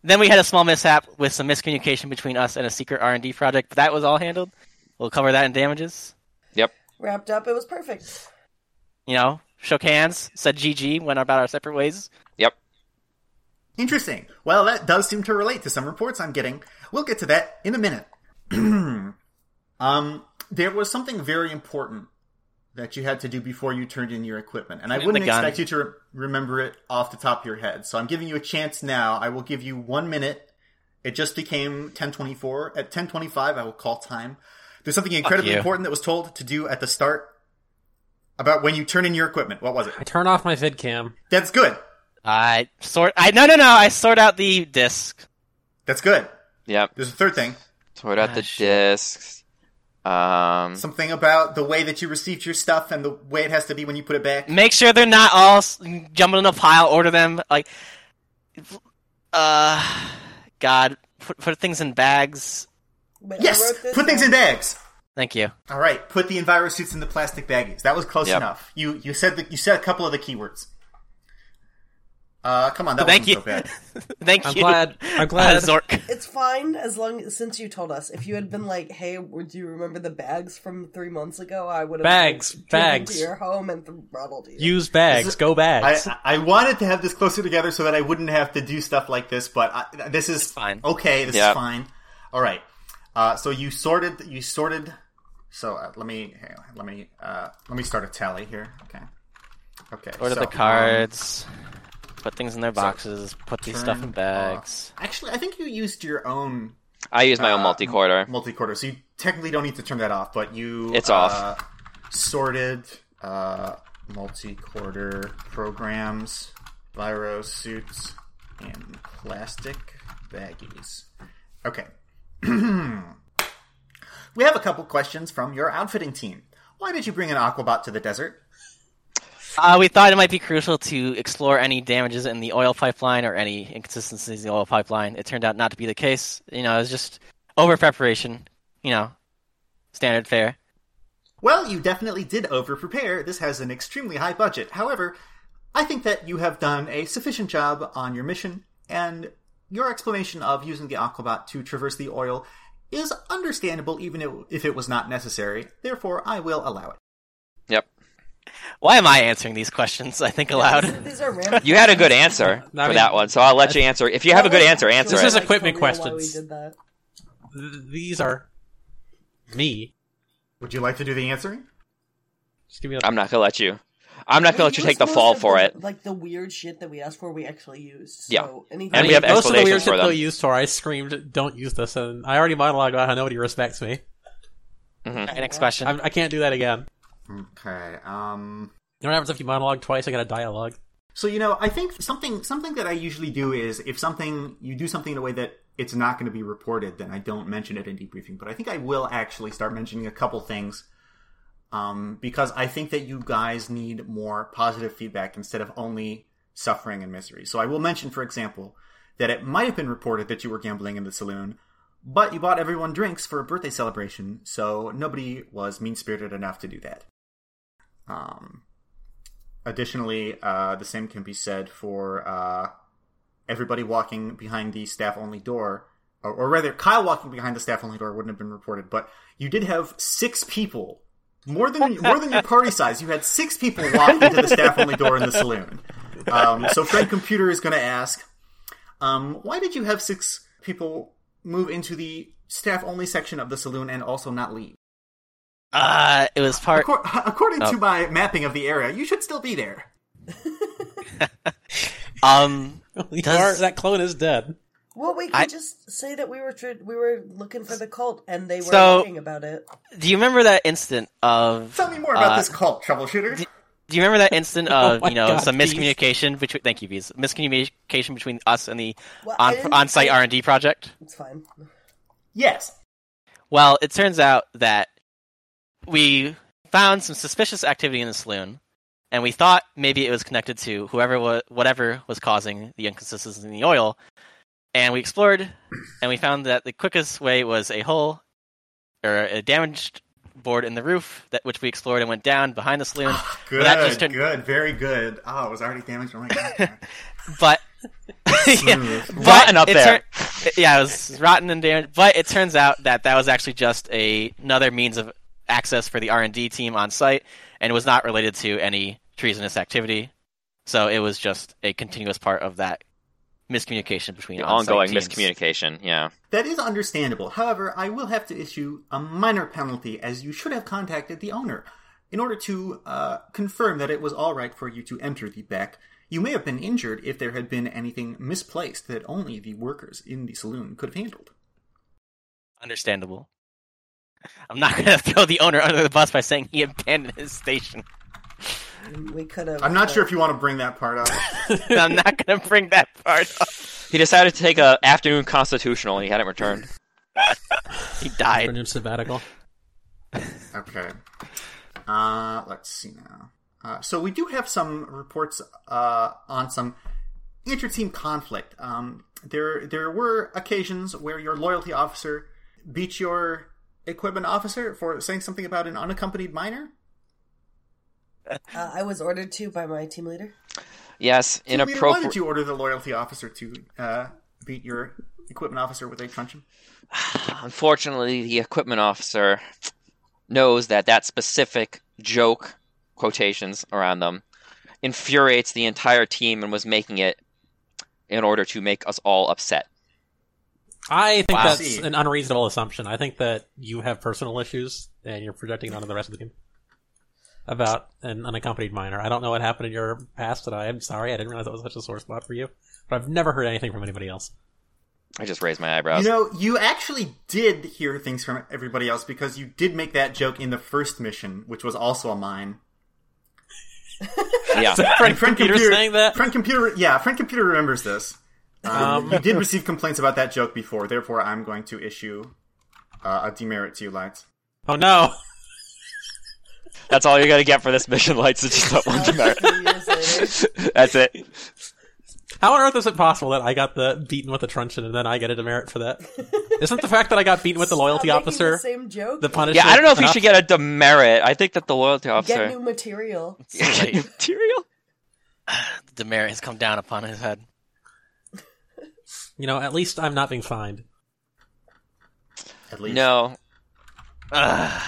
then we had a small mishap with some miscommunication between us and a secret R and D project. But that was all handled. We'll cover that in damages.
Wrapped up, it was perfect.
You know, shook hands, said GG, went about our separate ways.
Interesting. Well, that does seem to relate to some reports I'm getting. We'll get to that in a minute. um, there was something very important that you had to do before you turned in your equipment, and I
Turn in
wouldn't
the gun.
expect you to re- remember it off the top of your head. So I'm giving you a chance now. I will give you one minute. It just became 10:24. At 10:25, I will call time. There's something incredibly
you.
important that was told to do at the start about when you turn in your equipment. What was it?
I turn off my vid cam.
That's good.
I sort. I no no no. I sort out the disc.
That's good.
Yep.
There's a third thing.
Sort out the
Gosh.
discs. Um,
Something about the way that you received your stuff and the way it has to be when you put it back.
Make sure they're not all s- jumping in a pile. Order them like. Uh, God, put put things in bags.
Wait, I
Yes,
wrote this
put things in bags.
Thank you.
All right, put the enviro suits in the plastic baggies. That was close
Yep.
enough. You you said the, you said a couple of the keywords. Uh, come on, that
Thank
wasn't
you.
so bad.
Thank
I'm
you.
glad- I'm
Uh,
glad.
Zork.
It's fine as long since you told us. If you had been like, "Hey, would you remember the bags from three months ago?" I would have
Bags,
driven
bags.
to your home and th- brought it to you.
Use bags. Go
I,
bags.
I wanted to have this closer together so that I wouldn't have to do stuff like this, but I, this is
fine.
Okay, this
Yeah.
is fine. All right. Uh, so you sorted. You sorted. So uh, let me hang on, let me uh, let me start a tally here. Okay. Okay.
Order
so, um,
the cards. Put things in their
so,
boxes. put these stuff in
turned
bags.
um, actually, I think you used your own
I use my own
uh,
multi-quarter.
multi-quarter. So you technically don't need to turn that off, but you
It's
uh,
off.
Sorted uh, multi-quarter programs, biro suits, and plastic baggies. Okay. we have a couple questions from your outfitting team. Why did you bring an aquabot to the desert?
Uh, we thought it might be crucial to explore any damages in the oil pipeline or any inconsistencies in the oil pipeline. It turned out not to be the case. You know, it was just over preparation. You know, standard fare.
Well, you definitely did over prepare. This has an extremely high budget. However, I think that you have done a sufficient job on your mission, and your explanation of using the Aquabot to traverse the oil is understandable even if- if it was not necessary. Therefore, I will allow it.
Yep.
Why am I answering these questions? I think
These,
aloud.
these are random.
You had a good answer for
I mean-
that one, so I'll let you answer. If you have a good answer, answer
This
it.
is equipment
totally why we
questions.
did that.
Th- These are me.
Would you like to do the answering?
Just give me. A,
I'm not gonna let you. I'm not gonna let you
Most-
take the
most
fall
of
for it.
Like the weird shit that we asked for, we actually used. So
Yeah.
anything
And we have
most of the weird
explanations
shit
for them.
they'll use for. I screamed, "Don't use this!" And I already monologued about how nobody respects me.
Alright, next question.
I'm, I can't do that again.
Okay, um...
You know what happens if you monologue twice? I got a dialogue.
So you know, I think something something that I usually do is if something you do something in a way that it's not going to be reported, then I don't mention it in debriefing. But I think I will actually start mentioning a couple things um, because I think that you guys need more positive feedback instead of only suffering and misery. So I will mention, for example, that it might have been reported that you were gambling in the saloon, but you bought everyone drinks for a birthday celebration, so nobody was mean spirited enough to do that. Um, Additionally, uh, the same can be said for uh, everybody walking behind the staff only door, or, or rather, Kyle walking behind the staff only door wouldn't have been reported. But you did have six people, more than more than your party size. You had six people walking to the staff only door in the saloon. Um, so Fred Computer is going to ask, um, why did you have six people move into the staff only section of the saloon and also not leave?
Uh, it was part.
Accor- according
Oh.
to my mapping of the area, you should still be there.
Um,
You
Does-
are- that clone is dead.
Well, we could
I-
just say that we were tra- we were looking for the cult, and they were
So-
talking about it.
do you remember that instant of?
Tell me more about
uh,
this cult, troubleshooter.
Do you remember that instant of
Oh my
you know
God,
some
Bees.
miscommunication between? Thank you, bees. Miscommunication between us and the
Well, I
on
didn't-
on-site R and D project.
It's fine.
yes.
Well, it turns out that we found some suspicious activity in the saloon, and we thought maybe it was connected to whoever wa- whatever was causing the inconsistencies in the oil. And we explored, and we found that the quickest way was a hole or a damaged board in the roof, that which we explored and went down behind the saloon.
Good,
Well, that just didn't-
good, very good. Oh, it was already damaged. Oh my god.
But yeah, but
Rotten up
it
there.
tur- yeah, it was rotten and damaged. But it turns out that that was actually just a, another means of access for the R and D team on site, and was not related to any treasonous activity. So it was just a continuous part of that miscommunication between
The
on-site
ongoing
teams.
miscommunication. Yeah.
that is understandable. However, I will have to issue a minor penalty as you should have contacted the owner in order to uh, confirm that it was all right for you to enter the back. You may have been injured if there had been anything misplaced that only the workers in the saloon could have handled.
Understandable. I'm not going to throw the owner under the bus by saying he abandoned his station.
We uh, could have.
I'm not sure if you want to bring that part up.
I'm not gonna bring that part up.
He decided to take a afternoon constitutional and he hadn't returned.
He died.
Afternoon sabbatical.
Okay. Uh, let's see now. Uh, so we do have some reports uh, on some inter-team conflict. Um, there, there were occasions where your loyalty officer beat your equipment officer for saying something about an unaccompanied minor.
Uh, I was ordered to by my team leader.
Yes,
Leader, Why did
inappropriate.
you order the loyalty officer to uh, beat your equipment officer with a truncheon?
Unfortunately, the equipment officer knows that that specific joke quotations around them infuriates the entire team and was making it in order to make us all upset.
I think
Wow.
that's
See.
an unreasonable assumption. I think that you have personal issues and you're projecting it onto the rest of the team about an unaccompanied minor. I don't know what happened in your past, and I am sorry. I didn't realize that was such a sore spot for you. But I've never heard anything from anybody else.
I just raised my eyebrows.
You know, you actually did hear things from everybody else because you did make that joke in the first mission, which was also a mine.
yeah.
Frank Computer saying that? Oh,
Friend computer, yeah, friend computer remembers this. Um, you did receive complaints about that joke before, therefore, I'm going to issue uh, a demerit to you, lads.
Oh no!
That's all you're gonna get for this mission lights is just that one demerit.
Two years later.
That's it.
How on earth is it possible that I got the beaten with a truncheon and then I get a demerit for that? Isn't the fact that I got beaten with the loyalty
Stop making The
officer
same joke.
the punishment?
Yeah, I don't know if you
enough?
should get a demerit. I think that the loyalty
Get
officer
new material.
It's too late.
material.
The demerit has come down upon his head.
You know, at least I'm not being fined.
At least.
No,
Ugh.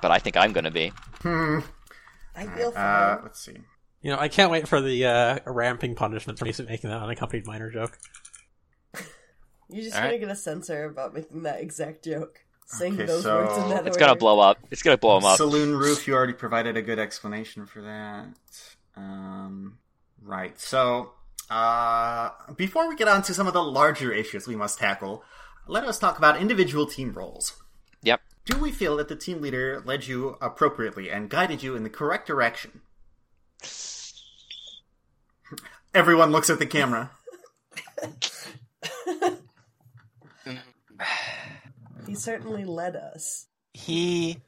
but I think I'm gonna be.
Hmm.
I feel
Uh,
fine.
let's see.
You know, I can't wait for the uh, ramping punishment for me making that unaccompanied minor joke.
You're just
all
gonna
right.
get a censor about making that exact joke. Saying
Okay,
those
so-
words in that
It's
order.
gonna blow up. It's gonna blow him up.
Saloon roof. You already provided a good explanation for that. Um, right. So, uh, before we get on to some of the larger issues we must tackle, let us talk about individual team roles.
Yep.
Do we feel that the team leader led you appropriately and guided you in the correct direction? Everyone looks at the camera.
He certainly led us.
He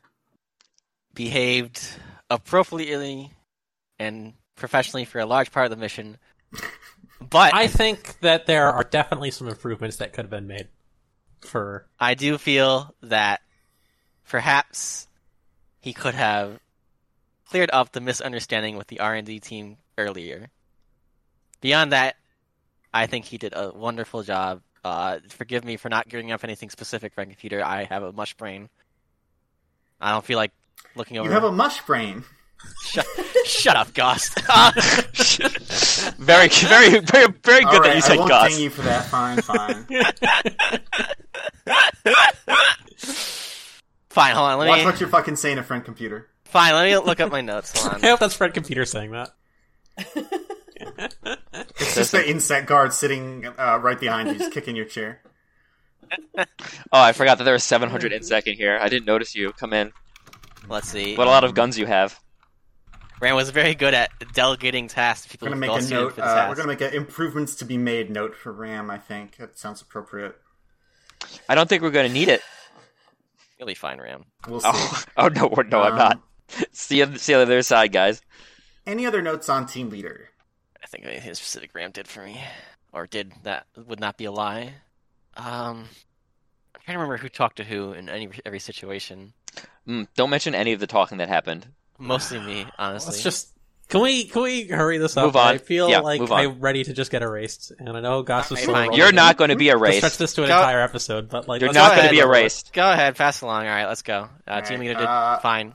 behaved appropriately and professionally for a large part of the mission, but
I
I,
think that there are definitely some improvements that could have been made for
do feel that perhaps he could have cleared up the misunderstanding with the R and D team earlier. Beyond that, I think he did a wonderful job. Uh, forgive me for not gearing up anything specific, Frank Computer. I have a mush brain. I don't feel like looking over.
You have a mush brain.
Shut, shut up, Gost.
very, very, very, very
All
good that
right,
you said
I won't
Gus.
ding you for that. Fine, fine.
Fine, hold on. Let
Watch
me.
what you're fucking saying to friend computer.
Fine, let me look up my notes. Hold
I
on.
hope that's Fred Computer saying that.
It's just the insect guard sitting uh, right behind you, just kicking your chair.
Oh, I forgot that there were 700 insect in here. I didn't notice you come in.
Let's see.
What a lot of guns you have.
Rand was very good at delegating tasks to people
We're gonna
who
make
well
a
suited
note.
for the
Uh,
task.
we're gonna make an improvements to be made note for RAM. I think that sounds appropriate.
I don't think we're gonna need it.
You'll be fine, Ram.
We'll see.
Oh, oh no, we're- no, I'm
Um,
not. See you, see you on the other side, guys.
Any other notes on team leader?
I think anything specific Ram did for me, or did that would not be a lie. Um, I'm trying to remember who talked to who in any every situation.
Mm, don't mention any of the talking that happened.
Mostly me, honestly.
Let's just can we can we hurry this up?
Move on.
I feel
Yeah,
like
move on.
I'm ready to just get erased, and I know Goss is
Alright,
still
fine.
rolling
You're
in
not going to be
to stretch
erased.
this to an
Go-
entire episode, but like
You're
let's
not
go
going to
ahead.
be erased.
Go ahead, pass along. All right, let's go. Uh, team
right,
leader did
uh,
fine.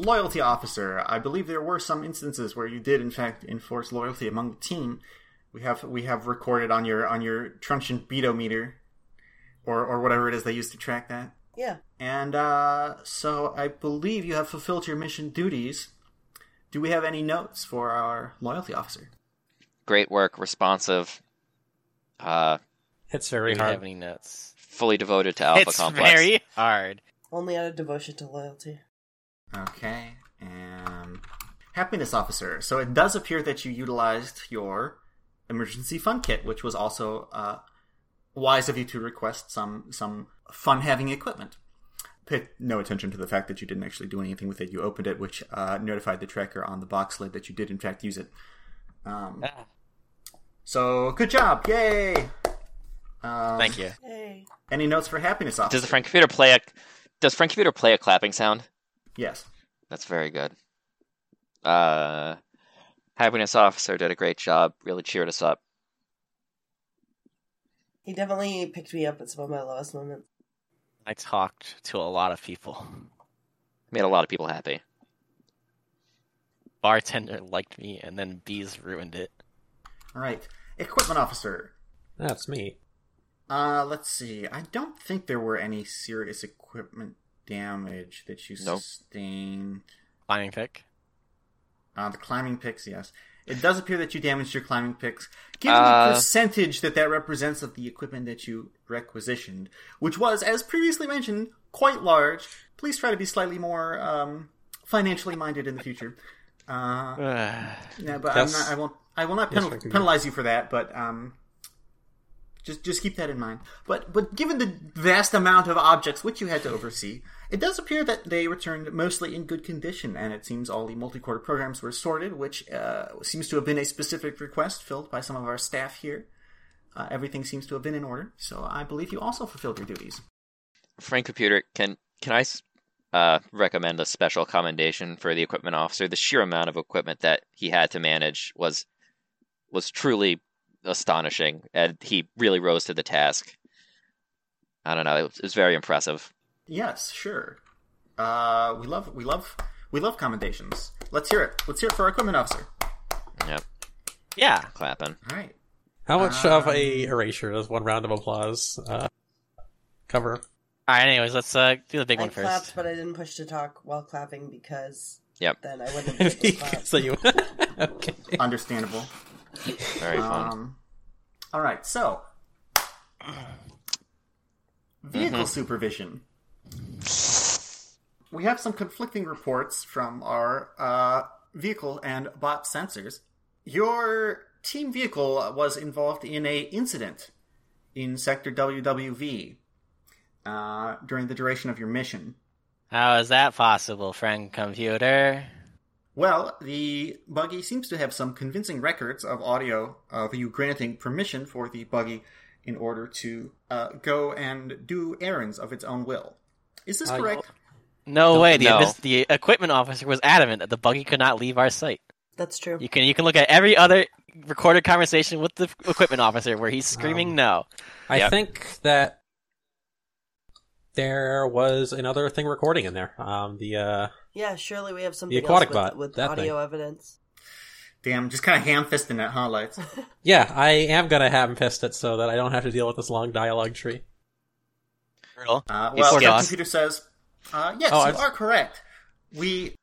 Loyalty officer. I believe there were some instances where you did, in fact, enforce loyalty among the team. We have we have recorded on your on your truncheon beto meter, or or whatever it is they use to track that.
Yeah.
And uh, so I believe you have fulfilled your mission duties. Do we have any notes for our loyalty officer?
Great work, responsive, uh,
It's
Do
very
we have
hard.
any notes?
fully devoted to Alpha
it's
Complex.
very hard.
Only out of devotion to loyalty.
Okay. and happiness officer. So it does appear that you utilized your emergency fun kit, which was also uh, wise of you to request some some fun having equipment. Paid no attention to the fact that you didn't actually do anything with it. You opened it, which uh, notified the tracker on the box lid that you did in fact use it. Um,
Ah.
so good job, yay! Um,
Thank you.
Yay.
Any notes for happiness officer?
Does the Frank computer play a Does Frank computer play a clapping sound?
Yes.
That's very good. Uh, happiness officer did a great job. Really cheered us up.
He definitely picked me up at some of my lowest moments.
I talked to a lot of people.
Made a lot of people happy.
Bartender liked me, and then bees ruined it.
All right, equipment officer.
That's me.
Uh, let's see. I don't think there were any serious equipment damage that you
Nope.
sustained.
Climbing pick.
Uh, the climbing picks, yes. It does appear that you damaged your climbing picks. Given the
Uh,
percentage that that represents of the equipment that you requisitioned, which was, as previously mentioned, quite large, please try to be slightly more um, financially minded in the future. Uh, yeah, but I'm
That's-
not, I won't. I will not
Yes,
penal-
thank you.
penalize you for that. But um, just just keep that in mind. But but given the vast amount of objects which you had to oversee, it does appear that they returned mostly in good condition, and it seems all the multi-quarter programs were sorted, which uh, seems to have been a specific request filled by some of our staff here. Uh, everything seems to have been in order, so I believe you also fulfilled your duties.
Frank computer can can I s- uh, recommend a special commendation for the equipment officer? The sheer amount of equipment that he had to manage was was truly astonishing, and he really rose to the task. I don't know. It was, it was very impressive.
Yes, sure. Uh, we love we love we love commendations. Let's hear it. Let's hear it for our equipment officer.
Yep,
Yeah.
clapping.
All right.
How much of a
Um,
erasure does one round of applause uh, cover?
All right. Anyways, let's uh, do the big
I
one first.
clapped, but I didn't push to talk while clapping because
Yep.
then I wouldn't
Uh,
have been able to clap.
so you okay?
Understandable.
Very fun.
Um, all right, so vehicle supervision. We have some conflicting reports from our uh, vehicle and bot sensors. Your team vehicle was involved in a incident in sector WWV uh, during the duration of your mission.
How is that possible, Frank computer?
Well, the buggy seems to have some convincing records of audio of you granting permission for the buggy in order to uh, go and do errands of its own will. Is this
I-
correct?
No way. The,
No.
this- the equipment officer was adamant that the buggy could not leave our site.
That's true.
You can you can look at every other recorded conversation with the equipment officer where he's screaming
Um,
no.
I
Yep.
think that there was another thing recording in there. Um, the uh,
Yeah, surely we have something
aquatic
else with,
bot,
with
that
audio evidence.
Damn, just kind of ham fisting that, huh, Lights?
yeah, I am gonna have him fist it so that I don't have to deal with this long dialogue tree.
Girl.
Uh,
He's
well,
scared.
the computer says, uh, yes,
Oh,
you
I've-
are correct. We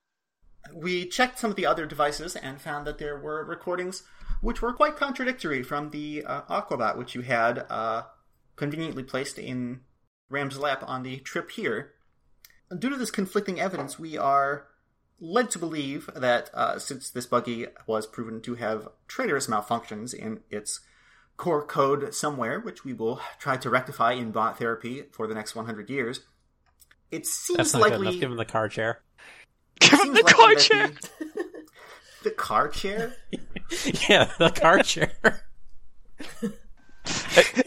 we checked some of the other devices and found that there were recordings which were quite contradictory from the uh, Aquabot, which you had uh, conveniently placed in Ram's lap on the trip here. Due to this conflicting evidence, we are led to believe that uh, since this buggy was proven to have traitorous malfunctions in its core code somewhere, which we will try to rectify in bot therapy for the next 100 years. It seems
That's not
likely.
good enough. Give him the car chair.
Give him
seems
the
likely
car
that
chair.
The, the car chair?
yeah, the car chair.
It-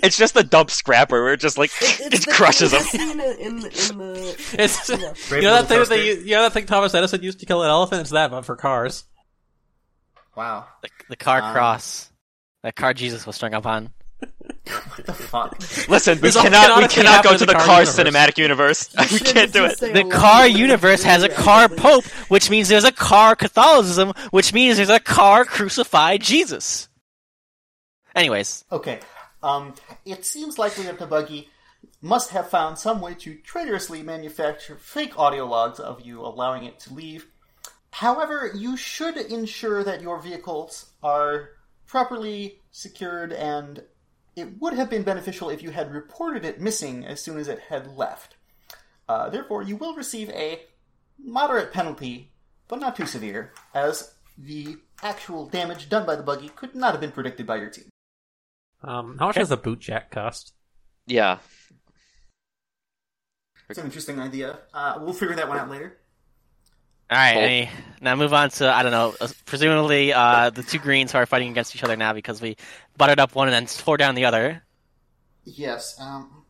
It's just a dump scrapper. Where it just like
It,
it crushes him.
it's the scene in, in, in the
It's
you know,
you
Great
know that thing
little
that they,
toaster.
you know that thing Thomas Edison used to kill an elephant. It's that, but for cars.
Wow.
The, the car
Um,
cross. That car Jesus was strung up on.
What the fuck?
Listen, we
This all
cannot
cannot
we
actually
cannot go
happen
to
in
the
the
car
car
cinematic universe. we can't do it.
The car universe has a car pope, which means there's a car Catholicism, which means there's a car crucified Jesus. Anyways,
Okay. Um, it seems likely that the buggy must have found some way to traitorously manufacture fake audio logs of you allowing it to leave. However, you should ensure that your vehicles are properly secured, and it would have been beneficial if you had reported it missing as soon as it had left. Uh, therefore, you will receive a moderate penalty but not too severe, as the actual damage done by the buggy could not have been predicted by your team.
Um, how much does a boot jack cost?
Yeah.
It's an interesting idea. Uh, we'll figure that one out later.
All right,
Cool.
any- now move on to I don't know. Presumably, uh, the two greens are fighting against each other now because we buttered up one and then tore down the other.
Yes. Um,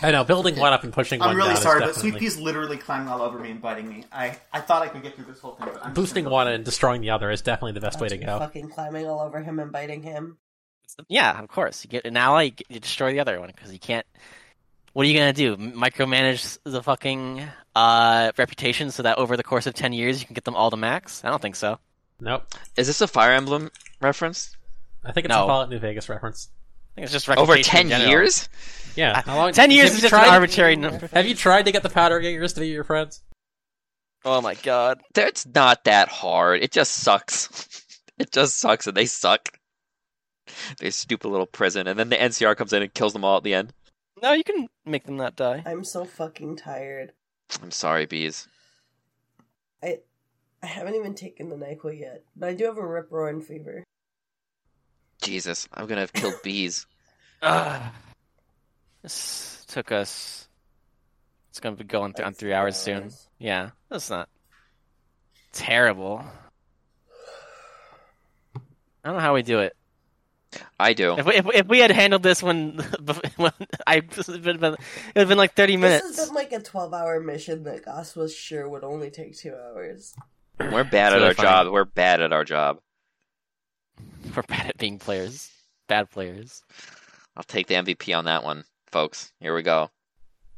I know building one up and pushing
I'm
one
really
down
sorry,
is
but
definitely
Sweet Pea's literally climbing all over me and biting me. I, I thought I could get through this whole thing, but I'm just
boosting
gonna go-
one and destroying the other is definitely the best way to go.
Fucking climbing all over him and biting him.
Yeah, of course. You get an ally, you, get, you destroy the other one because you can't. What are you gonna do? Micromanage the fucking uh, reputation so that over the course of ten years you can get them all to max? I don't think so.
Nope.
Is this a Fire Emblem reference?
I think it's
No.
a Fallout New Vegas reference.
I think it's just
Over
reputation in
10
general.
years?
Yeah. How long,
Uh, Ten years
have
is
you
just
tried-
an arbitrary number.
Have you tried to get the powder gangers to be your friends?
Oh my god.
That's not that hard. It just sucks. it just sucks and they suck. They're stupid little prison. And then the NCR comes in and kills them all at the end.
No, you can make them not die.
I'm so fucking tired.
I'm sorry, bees.
I I haven't even taken the Nyquil yet, but I do have a rip roaring fever.
Jesus, I'm gonna have killed bees.
Ugh. Ah. This took us. It's going to be going th- on
Like
three
three
hours soon.
hours.
Yeah, that's not terrible. I don't know how we do it.
I do.
If we if, if we had handled this when, when I it would have been, it would have been like thirty
This
minutes.
has been like a 12 hour mission that Goss was sure would only take two hours.
We're bad
It's
at
really
our
funny.
job. We're bad at our job.
We're bad at being players, bad players.
I'll take the MVP on that one, folks. Here we go.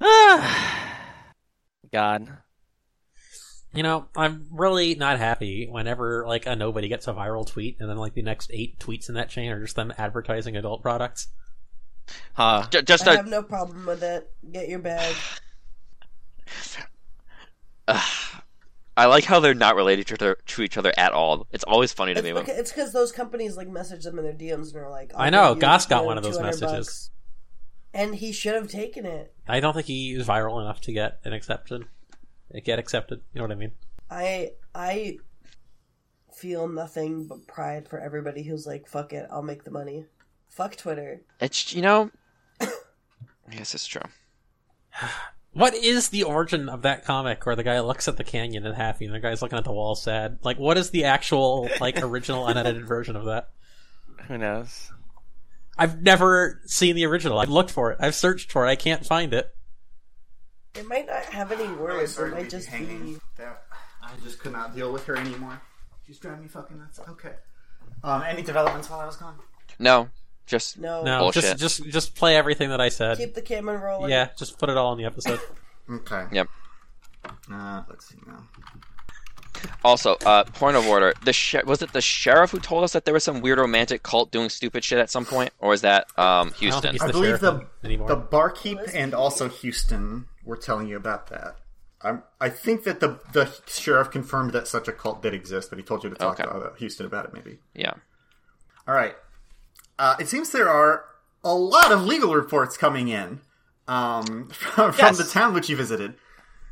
Ah, God,
You know, I'm really not happy whenever like a nobody gets a viral tweet, and then like the next eight tweets in that chain are just them advertising adult products.
huh?
J- just
I
a
have no problem with it. Get your bag.
Ugh. I like how they're not related to, their, to each other at all. It's always funny to
It's
me. When,
because those companies like message them in their DMs and are like,
I
I'll
know,
give you,
Goss got
you
one of those
200
messages.
bucks. and he should have taken it.
I don't think he is viral enough to get an exception. Get accepted. You know what I mean?
I I feel nothing but pride for everybody who's like, fuck it, I'll make the money. Fuck Twitter.
it's you know, yes, it's true.
What is the origin of that comic where the guy looks at the canyon and happy, and the guy's looking at the wall sad? Like, what is the actual like original unedited version of that?
Who knows?
I've never seen the original. I've looked for it. I've searched for it. I can't find it.
It might not have any
I'm
words.
sorry
it
to
might
leave
just
you hanging.
be.
That- I just could not deal with her anymore. She's driving me fucking nuts. Okay. Um, any developments while I was gone?
No, just
No.
No,
Bullshit.
just just just play everything that I said.
Keep the camera rolling.
yeah, just put it all in the episode.
Okay.
Yep.
Uh, let's see now.
also uh, point of order. The sh- was it the sheriff who told us that there was some weird romantic cult doing stupid shit at some point, or is that um, Houston?
he's-
I
the
believe
sheriff
the
anymore.
the barkeep and also Houston were telling you about that. I'm, I think that the the sheriff confirmed that such a cult did exist, but he told you to talk
Okay.
to uh, Houston about it, maybe.
Yeah,
All right. Uh, it seems there are a lot of legal reports coming in um, from, from
Yes.
the town which you visited.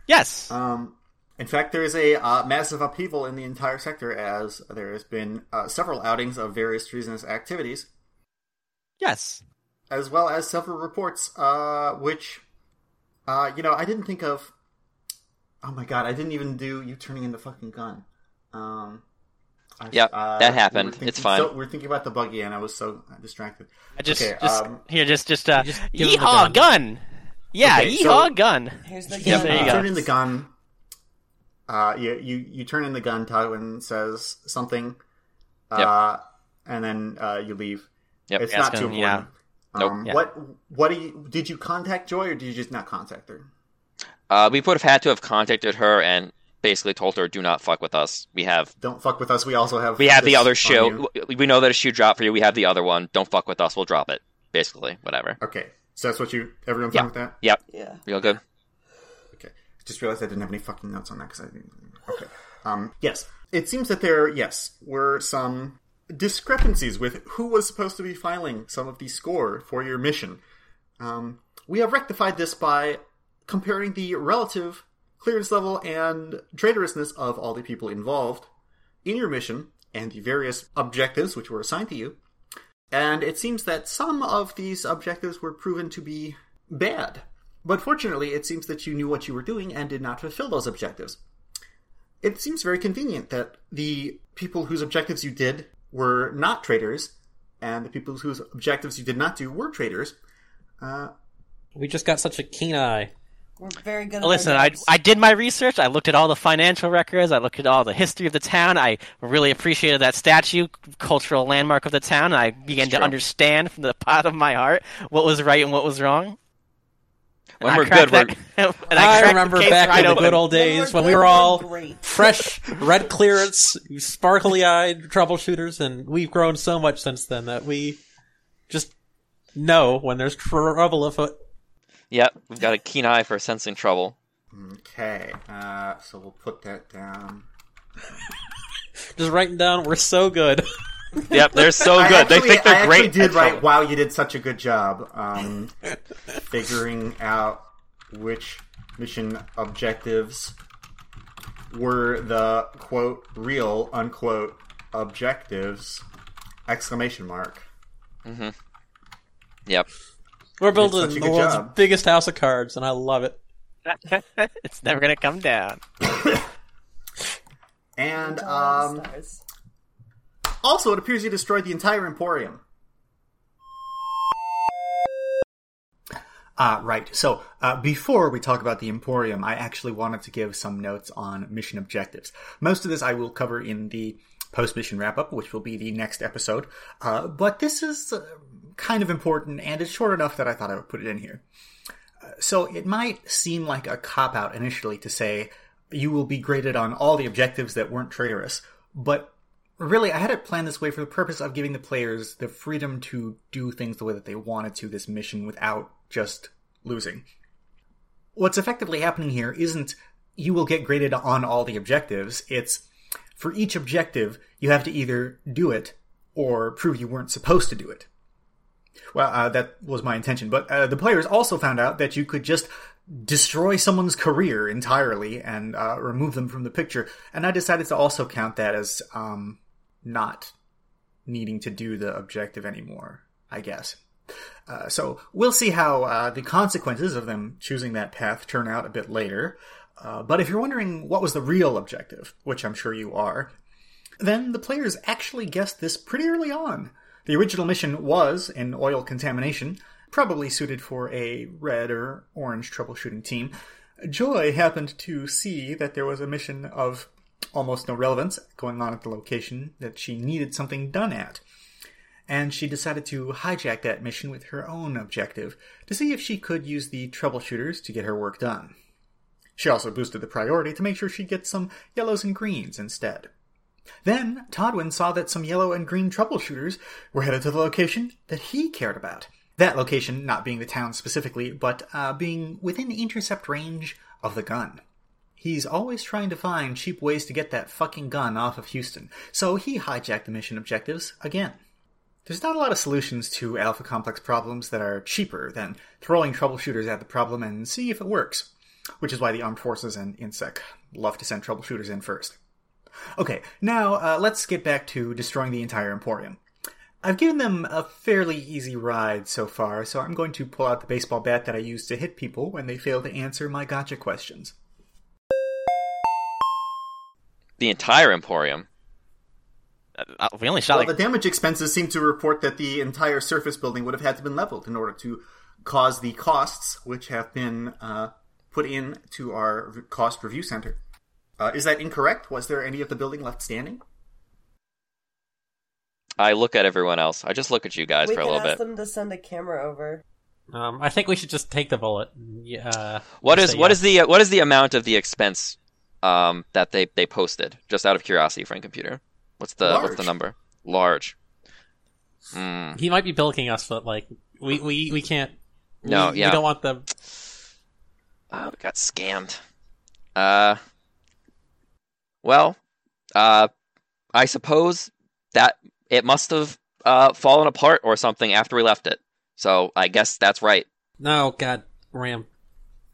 Yes.
Um, in fact, there is a uh, massive upheaval in the entire sector as there has been uh, several outings of various treasonous activities,
yes.
as well as several reports uh, which, uh, you know, I didn't think of. Oh my god, I didn't even do you turning in the fucking gun. Um, I- uh,
Yep, that happened.
we were thinking-
It's fine.
so- we we're thinking about the buggy, and I was so distracted.
I just,
Okay,
just
um,
here, just, just, uh,
just give him the
yeehaw gun.
gun.
Yeah,
Okay,
yeehaw
so-
gun.
Here's the
Yep,
gun.
there you
you
go.
turn in the gun. Uh, you, you you turn in the gun. Tywin says something, uh, and then uh, you leave.
Yep.
It's
Yeah,
not
it's
too
gonna-
important.
yeah.
Nope.
Um,
Yeah.
What what do you did you contact Joy or did you just not contact her?
uh, we would have had to have contacted her and basically told her, "Do not fuck with us. We have
Don't fuck with us. We also have
we have the
this
other
on
shoe.
you.
We know that a shoe dropped for you. We have the other one. Don't fuck with us. We'll drop it. Basically, whatever.
Okay, so that's what you everyone
Yeah.
fine with that?
Yep,
Yeah.
real good.
Okay. Just realized I didn't have any fucking notes on that because I didn't. Okay. Um, yes. It seems that there, yes, were some discrepancies with who was supposed to be filing some of the score for your mission. Um, we have rectified this by comparing the relative clearance level, and traitorousness of all the people involved in your mission and the various objectives which were assigned to you. And it seems that some of these objectives were proven to be bad. But fortunately, it seems that you knew what you were doing and did not fulfill those objectives. It seems very convenient that the people whose objectives you did were not traitors, and the people whose objectives you did not do were traitors. Uh,
We just got such a keen eye.
We're very good. at
Listen,
our
I
jobs.
I did my research. I looked at all the financial records. I looked at all the history of the town. I really appreciated that statue, cultural landmark of the town. I began to understand from the bottom of my heart what was right and what was wrong.
When
And I
we're
cracked
good, we're,
that- and
I,
cracked the
remember
case
back
right
in the
open.
good old days when we were all
great.
fresh, red clearance, sparkly eyed troubleshooters, and we've grown so much since then that we just know when there's trouble afoot.
yep, we've got a keen eye for sensing trouble.
okay, uh, so we'll put that down.
Just writing down, we're so good.
Yep, they're so
I
good. they
actually-
think they're
I
great.
Actually did
at
write,
trouble.
wow, you did such a good job um, figuring out which mission objectives were the quote real unquote objectives exclamation mark.
Yep.
We're
such a
building the
good
world's
job.
biggest house of cards, and I love it.
it's never gonna come down.
And
All the
um,
stars.
also, it appears you destroyed the entire Emporium.
Uh, right. So uh, before we talk about the Emporium, I actually wanted to give some notes on mission objectives. Most of this I will cover in the post mission wrap up, which will be the next episode. Uh, but this is uh, kind of important, and it's short enough that I thought I would put it in here. Uh, so it might seem like a cop out initially to say you will be graded on all the objectives that weren't traitorous, but really i had it planned this way for the purpose of giving the players the freedom to do things the way that they wanted to this mission without just losing what's effectively happening here isn't you will get graded on all the objectives it's for each objective you have to either do it or prove you weren't supposed to do it well uh, that was my intention but uh, the players also found out that you could just destroy someone's career entirely and uh, remove them from the picture and i decided to also count that as um, not needing to do the objective anymore, I guess. Uh, so we'll see how uh, the consequences of them choosing that path turn out a bit later. Uh, but if you're wondering what was the real objective, which I'm sure you are, then the players actually guessed this pretty early on. The original mission was an oil contamination, probably suited for a red or orange troubleshooting team. Joy happened to see that there was a mission of almost no relevance going on at the location that she needed something done at. And she decided to hijack that mission with her own objective to see if she could use the troubleshooters to get her work done. She also boosted the priority to make sure she gets some yellows and greens instead. Then Todwin saw that some yellow and green troubleshooters were headed to the location that he cared about. That location not being the town specifically, but uh, being within intercept range of the gun. He's always trying to find cheap ways to get that fucking gun off of Houston, so he hijacked the mission objectives again. There's not a lot of solutions to alpha complex problems that are cheaper than throwing troubleshooters at the problem and see if it works, which is why the armed forces and INSEC love to send troubleshooters in first. Okay, now uh, let's get back to destroying the entire Emporium. I've given them a fairly easy ride so far, so I'm going to pull out the baseball bat that I use to hit people when they fail to answer my gotcha questions.
The entire Emporium.
Uh, we only shot
Well,
like
the damage expenses seem to report that the entire surface building would have had to been leveled in order to cause the costs which have been uh, put in to our re- cost review center. Uh, is that incorrect? Was there any of the building left standing?
I look at everyone else. I just look at you guys
we
for a
can
little
ask
bit.
them to send a camera over.
Um, I think we should just take the bullet. Yeah. uh,
What
just
is
say
what
yeah.
is the what is the amount of the expense um, that they, they posted? Just out of curiosity, Frank Computer. What's the what's the
Large.
number? Large. Hmm.
He might be bilking us, but like we we, we can't.
No,
we,
yeah.
we don't want the.
Oh, we got scammed. Uh, well, uh, I suppose that it must have uh, fallen apart or something after we left it. So I guess that's right.
No, God, Ram.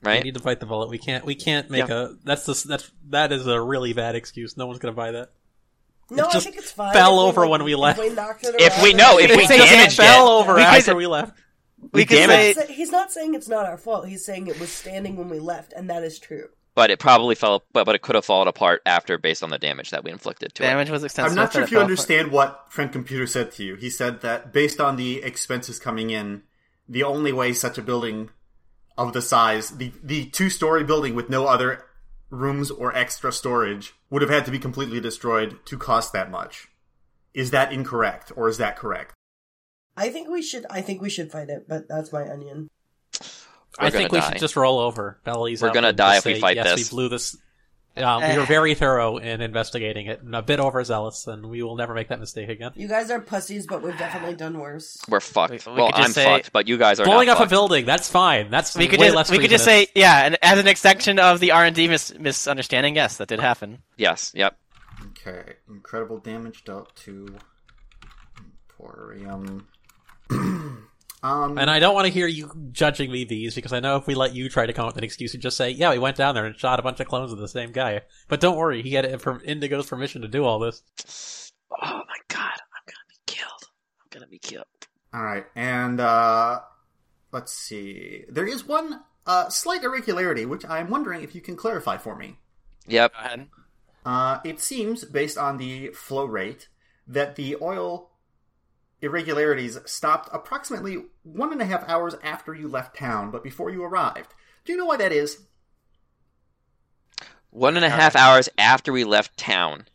right?
We need to fight the bullet. We can't. We can't make a. That's this. That's that is a really bad excuse. No one's gonna buy that.
No,
It
I
just
think it's fine.
fell
if we,
over
like,
when we
if
left.
we knocked it
If
around
we
and-
know, if we
It just
damaged
fell
it,
over
we could
after
say-
we left.
we could
He's
say,
not sa- he's not saying it's not our fault. He's saying it was standing when we left, and that is true.
but it probably fell, but, but it could have fallen apart after, based on the damage that we inflicted to
Damage was extensive.
I'm not sure
but
if
it
you
fell apart.
understand what Friend Computer said to you. He said that based on the expenses coming in, the only way such a building of the size, the, the two story building with no other rooms or extra storage, would have had to be completely destroyed to cost that much. Is that incorrect, or is that correct?
I think we should. I think we should fight it, but that's my onion.
it. We're
I think
gonna
we
die.
should just roll over. Bellies
We're
up
gonna
and
die
just
if we
say,
fight
yes,
this."
We blew this. Uh,
Eh.
we were very thorough in investigating it, and a bit overzealous, and we will never make that mistake again.
You guys are pussies, but we've definitely done worse.
We're fucked.
We- we
well,
could just
I'm
say-
fucked, but you guys are
Blowing
not
up a
fucked.
building, that's fine. That's
We could
way
just
less
we could just say
treasonous.
yeah, and as an extension of the R and D mis- misunderstanding, yes, that did happen.
Yes. Yep.
Okay, incredible damage dealt to Emporium. um,
And I don't want to hear you judging me these because I know if we let you try to come up with an excuse and just say, "Yeah, we went down there and shot a bunch of clones of the same guy," but don't worry, he had it from Indigo's permission to do all this.
Oh my god! I'm gonna be killed. I'm gonna be killed.
All right, and uh, let's see. There is one uh, slight irregularity, which I am wondering if you can clarify for me.
Yep.
Go ahead.
Uh, it seems, based on the flow rate, that the oil irregularities stopped approximately one and a half hours after you left town, but before you arrived. Do you know why that is?
One and a half hours after we left town.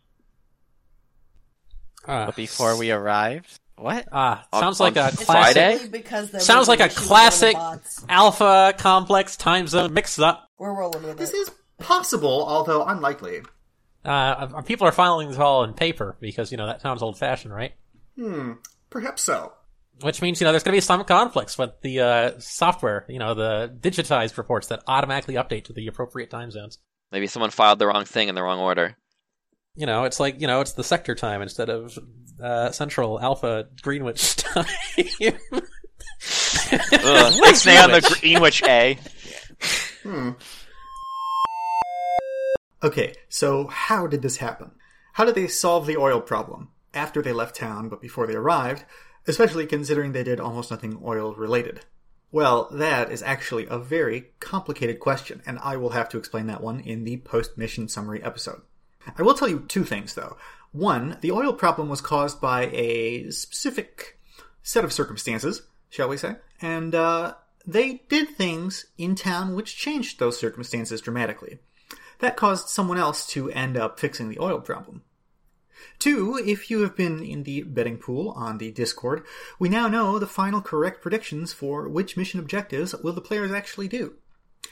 Ah,
But before we arrived, what?
ah,
On-
sounds
on
like a
Friday?
classic
Only Because there
Sounds
was an
like a
issue with one of the
classic-
bots.
alpha complex time zone mix-up.
We're rolling with
This
it.
is possible, although unlikely.
Uh, uh, people are filing this all in paper because you know that sounds old-fashioned, right?
Hmm, perhaps so.
Which means you know there's going to be some conflicts with the uh, software, you know, the digitized reports that automatically update to the appropriate time zones.
Maybe someone filed the wrong thing in the wrong order.
you know, it's like you know, it's the sector time instead of uh, Central Alpha Greenwich time.
Ugh, it's now on the Greenwich A.
Hmm. Okay, so how did this happen? How did they solve the oil problem? After they left town, but before they arrived, especially considering they did almost nothing oil related? Well, that is actually a very complicated question, and I will have to explain that one in the post mission summary episode. I will tell you two things, though. One, the oil problem was caused by a specific set of circumstances, shall we say, and uh, they did things in town which changed those circumstances dramatically. That caused someone else to end up fixing the oil problem. Two, if you have been in the betting pool on the Discord, we now know the final correct predictions for which mission objectives will the players actually do.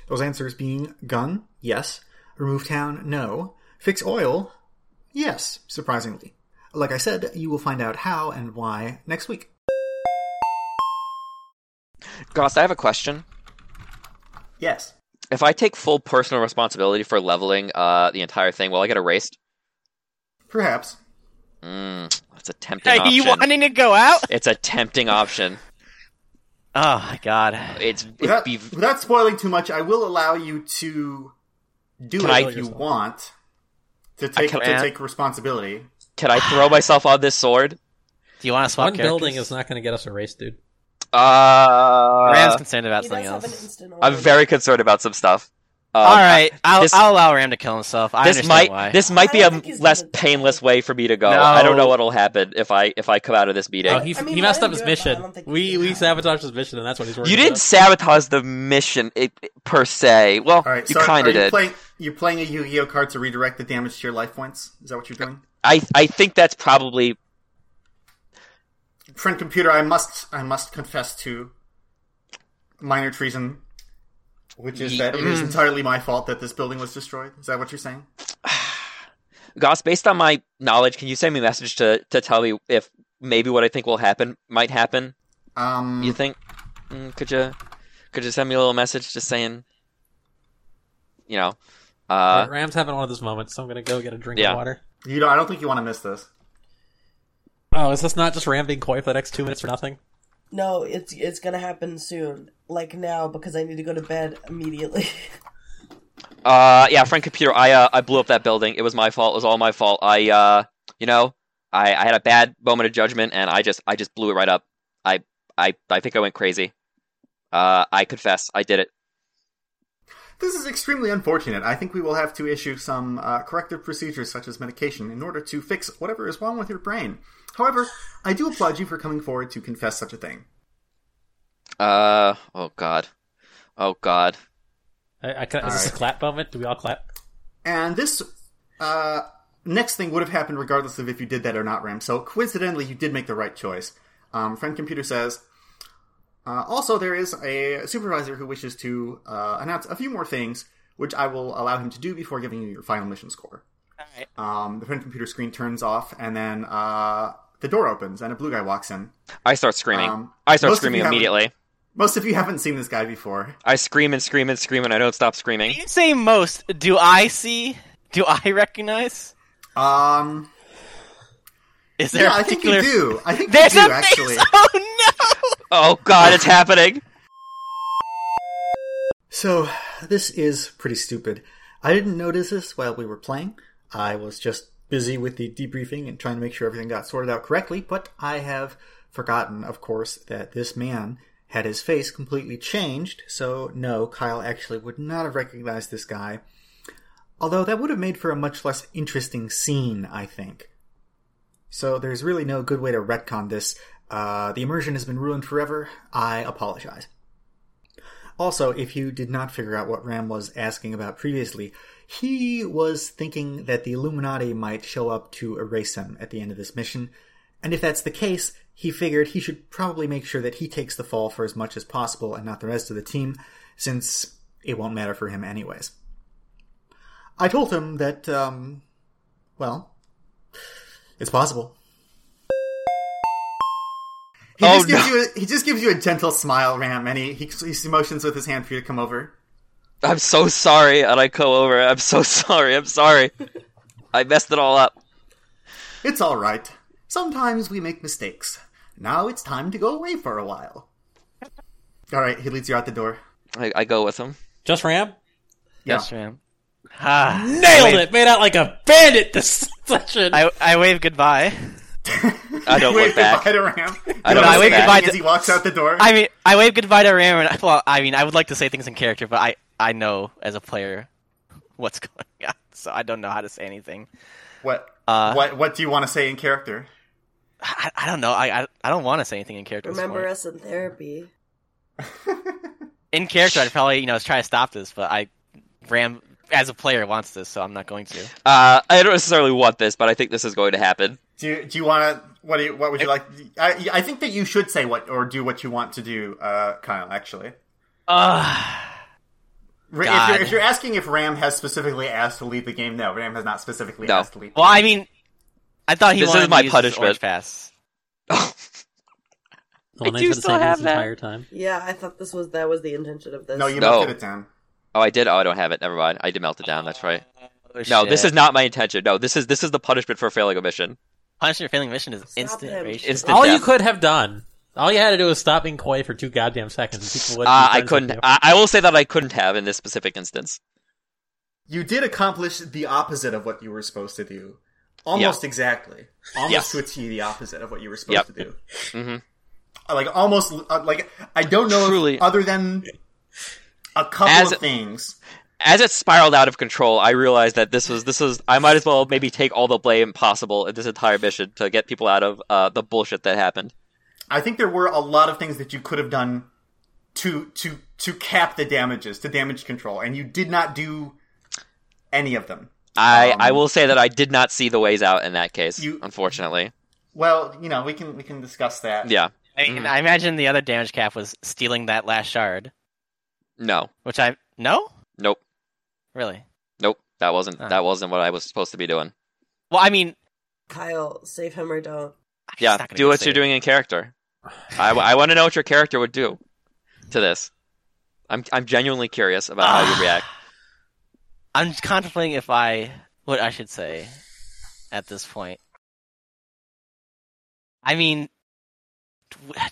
Those answers being gun, yes. Remove town, no. Fix oil, yes, surprisingly. Like I said, you will find out how and why next week.
Goss, I have a question.
Yes.
If I take full personal responsibility for leveling uh, the entire thing, will I get erased?
Perhaps.
Mm, that's a tempting
Are
option.
you wanting to go out?
It's a tempting option.
Oh my god.
It's it'd
Without,
be
without spoiling too much, I will allow you to do
Can
it
I-
if you want to take
can
to
I-
take responsibility.
Can I throw myself on this sword?
Do you want to swap
One building
characters?
is not going to get us erased, dude.
Ram's
Uh,
concerned about
he
something
does have an
else.
instant.
I'm
order.
very concerned about some stuff. Um,
All right, I'll,
this-
I'll allow Ram to kill himself. I
this
understand
might
why.
this might
I
be
don't
a
think he's
less
gonna die.
painless way for me to go.
No.
I don't know what'll happen if I if I come out of this meeting.
Oh, he,
I mean,
he
let
messed
him
up his
do it, but I
mission.
don't think he
We
can.
we sabotaged his mission, and that's what he's worried
you didn't sabotage the mission it, per se. Well,
All right,
you
so are
kind of
you
did.
Playing, you're playing a Yu-Gi-Oh card to redirect the damage to your life points. Is that what you're doing?
I I think that's probably
Friend computer, I must I must confess to minor treason, which is
Ye-
that it is
mm.
entirely my fault that this building was destroyed. Is that what you're saying?
Goss. Based on my knowledge, can you send me a message to to tell me if maybe what I think will happen might happen?
Um,
You think? Mm, could you could you send me a little message just saying, you know,
about.
uh,
Ram's having one of those moments, so I'm going to go get a drink
Yeah.
of water.
you don't, I don't think you want to miss this.
Oh, is this not just Ram being coy for the next two minutes for nothing?
No, it's it's gonna happen soon. like now because I need to go to bed immediately.
Uh, yeah, Frank Computer, I uh, I blew up that building. It was my fault. It was all my fault. I uh, you know, I, I had a bad moment of judgment, and I just I just blew it right up. I I I think I went crazy. Uh, I confess, I did it.
This is extremely unfortunate. I think we will have to issue some uh, corrective procedures, such as medication, in order to fix whatever is wrong with your brain. However, I do applaud you for coming forward to confess such a thing.
Uh, oh god, oh god.
I, I, can, is this a clap moment? Do we all clap?
And this uh, next thing would have happened regardless of if you did that or not, Ram. So coincidentally, you did make the right choice. Um, Friend Computer says. Uh, also, there is a supervisor who wishes to uh, announce a few more things, which I will allow him to do before giving you your final mission score.
Alright.
Um, the Friend Computer screen turns off, and then uh, the door opens, and a blue guy walks in.
I start screaming.
Um,
I start
most of you
screaming
haven't-
immediately.
Most of you haven't seen this guy before.
I scream and scream and scream, and I don't stop screaming.
You say most. Do I see? Do I recognize?
Um,
Is there
yeah,
a
I think
particular?
you do. I think
There's
you
a
do, actually.
face. Oh no!
Oh god, it's happening.
So, this is pretty stupid. I didn't notice this while we were playing. I was just busy with the debriefing and trying to make sure everything got sorted out correctly, but I have forgotten, of course, that this man had his face completely changed, so no, Kyle actually would not have recognized this guy. Although that would have made for a much less interesting scene, I think. So there's really no good way to retcon this. Uh, the immersion has been ruined forever. I apologize. Also, if you did not figure out what Ram was asking about previously, he was thinking that the Illuminati might show up to erase him at the end of this mission. And if that's the case, he figured he should probably make sure that he takes the fall for as much as possible and not the rest of the team, since it won't matter for him anyways. I told him that, um, well, it's possible.
He,
Oh,
just gives
no.
you a, he just gives you a gentle smile, Ram, and he, he, he motions with his hand for you to come over.
I'm so sorry, and I go over. I'm so sorry. I'm sorry. I messed it all up.
It's all right. Sometimes we make mistakes. Now it's time to go away for a while. All right, he leads you out the door.
I, I go with him.
Just Ram?
Yes, ma'am. Ah,
Nailed it! Made out like a bandit this session!
I I wave goodbye.
I don't
Wait,
look back.
goodbye to Ram.
I don't
You're
look
waving
back.
as he walks out the door.
I mean, I wave goodbye to Ram. And, well, I mean, I would like to say things in character, but I I know as a player what's going on, so I don't know how to say anything.
what?
Uh,
what? What do you want to say in character?
I, I don't know. I I, I don't want to say anything in character. at this
Remember
point.
us in therapy.
in character, I'd probably you know try to stop this, but I Ram as a player wants this, so I'm not going to.
Uh, I don't necessarily want this, but I think this is going to happen.
Do you, Do you want to? What? Do you, what would you like? I, I think that you should say what or do what you want to do, uh, Kyle. Actually,
Uh,
Ra- if
God.
you're, if you're asking if Ram has specifically asked to leave the game, no, Ram has not specifically
No.
asked to leave.
well, I mean, I thought he
This is
wanted
my
to use His
punishment.
orange pass.
the one
I do
that's been the
still
same
have
this
that.
entire time.
Yeah, I thought this was that was the intention of this.
no, you
No.
must get it down.
oh, I did. Oh, I don't have it. Never mind. I did melt it down. That's right.
Oh,
No, this
shit.
is not my intention. No, this is this is the punishment for failing a mission.
punishment for failing mission is instant Oh,
him.
erasure.
Instant
All
death.
you could have done, all you had to do was stop being coy for two goddamn seconds. And people would
Uh, I couldn't. I, I will say that I couldn't have in this specific instance.
You did accomplish the opposite of what you were supposed to do, almost exactly, almost
Yes.
to a T, the opposite of what you were supposed
Yep.
to do.
hmm
Like almost, uh, like I don't know, if-
Truly.
other than a couple
As-
of things.
As it spiraled out of control, I realized that this was this was. I might as well maybe take all the blame possible in this entire mission to get people out of uh, the bullshit that happened.
I think there were a lot of things that you could have done to to to cap the damages to damage control, and you did not do any of them.
I
Um,
I will say that I did not see the ways out in that case.
You-
unfortunately,
Well, you know, we can we can discuss that.
yeah,
I, mean,
Mhm.
I imagine the other damage cap was stealing that last shard,
no,
which I no
nope,
really.
nope. That wasn't
Ah.
Huh.
that wasn't what I was supposed to be doing.
Well, I mean,
Kyle, save him or don't.
it's
Yeah,
not gonna
do
get
what you're
saved.
doing in character. I, want to know what your character would do to this. I'm I'm genuinely curious about how you react.
I'm contemplating if I what I should say at this point. I mean,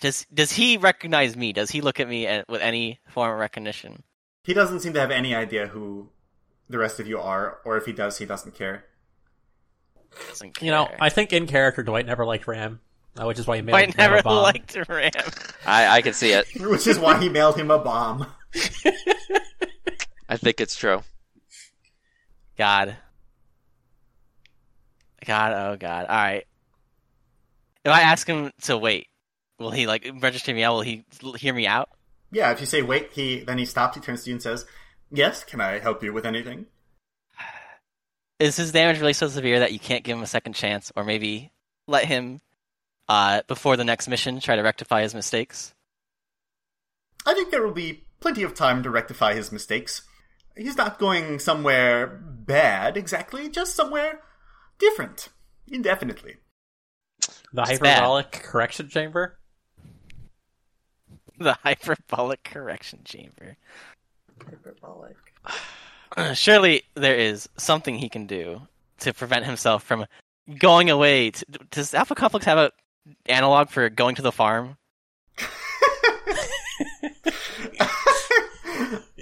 does does he recognize me? Does he look at me at, with any form of recognition?
He doesn't seem to have any idea who the rest of you are, or if he does, he doesn't care.
Doesn't
You know,
care.
I think in character, Dwight never liked Ram, uh, which is why he made
I
him have
never
a bomb.
liked Ram.
I, I can see it.
Which is why he mailed him a bomb.
I think it's true.
God. God, oh God. All right. If I ask him to wait, will he like register me out? Will he l- hear me out?
Yeah, if you say wait, he then he stops, he turns to you and says, Yes, can I help you with anything?
Is his damage really so severe that you can't give him a second chance, or maybe let him uh, before the next mission try to rectify his mistakes?
I think there will be plenty of time to rectify his mistakes. He's not going somewhere bad exactly, just somewhere different. Indefinitely.
The
It's bad.
hyperbolic correction chamber.
The hyperbolic correction chamber.
Hyperbolic.
Surely there is something he can do to prevent himself from going away. To, does Alpha Complex have a analog for going to the farm?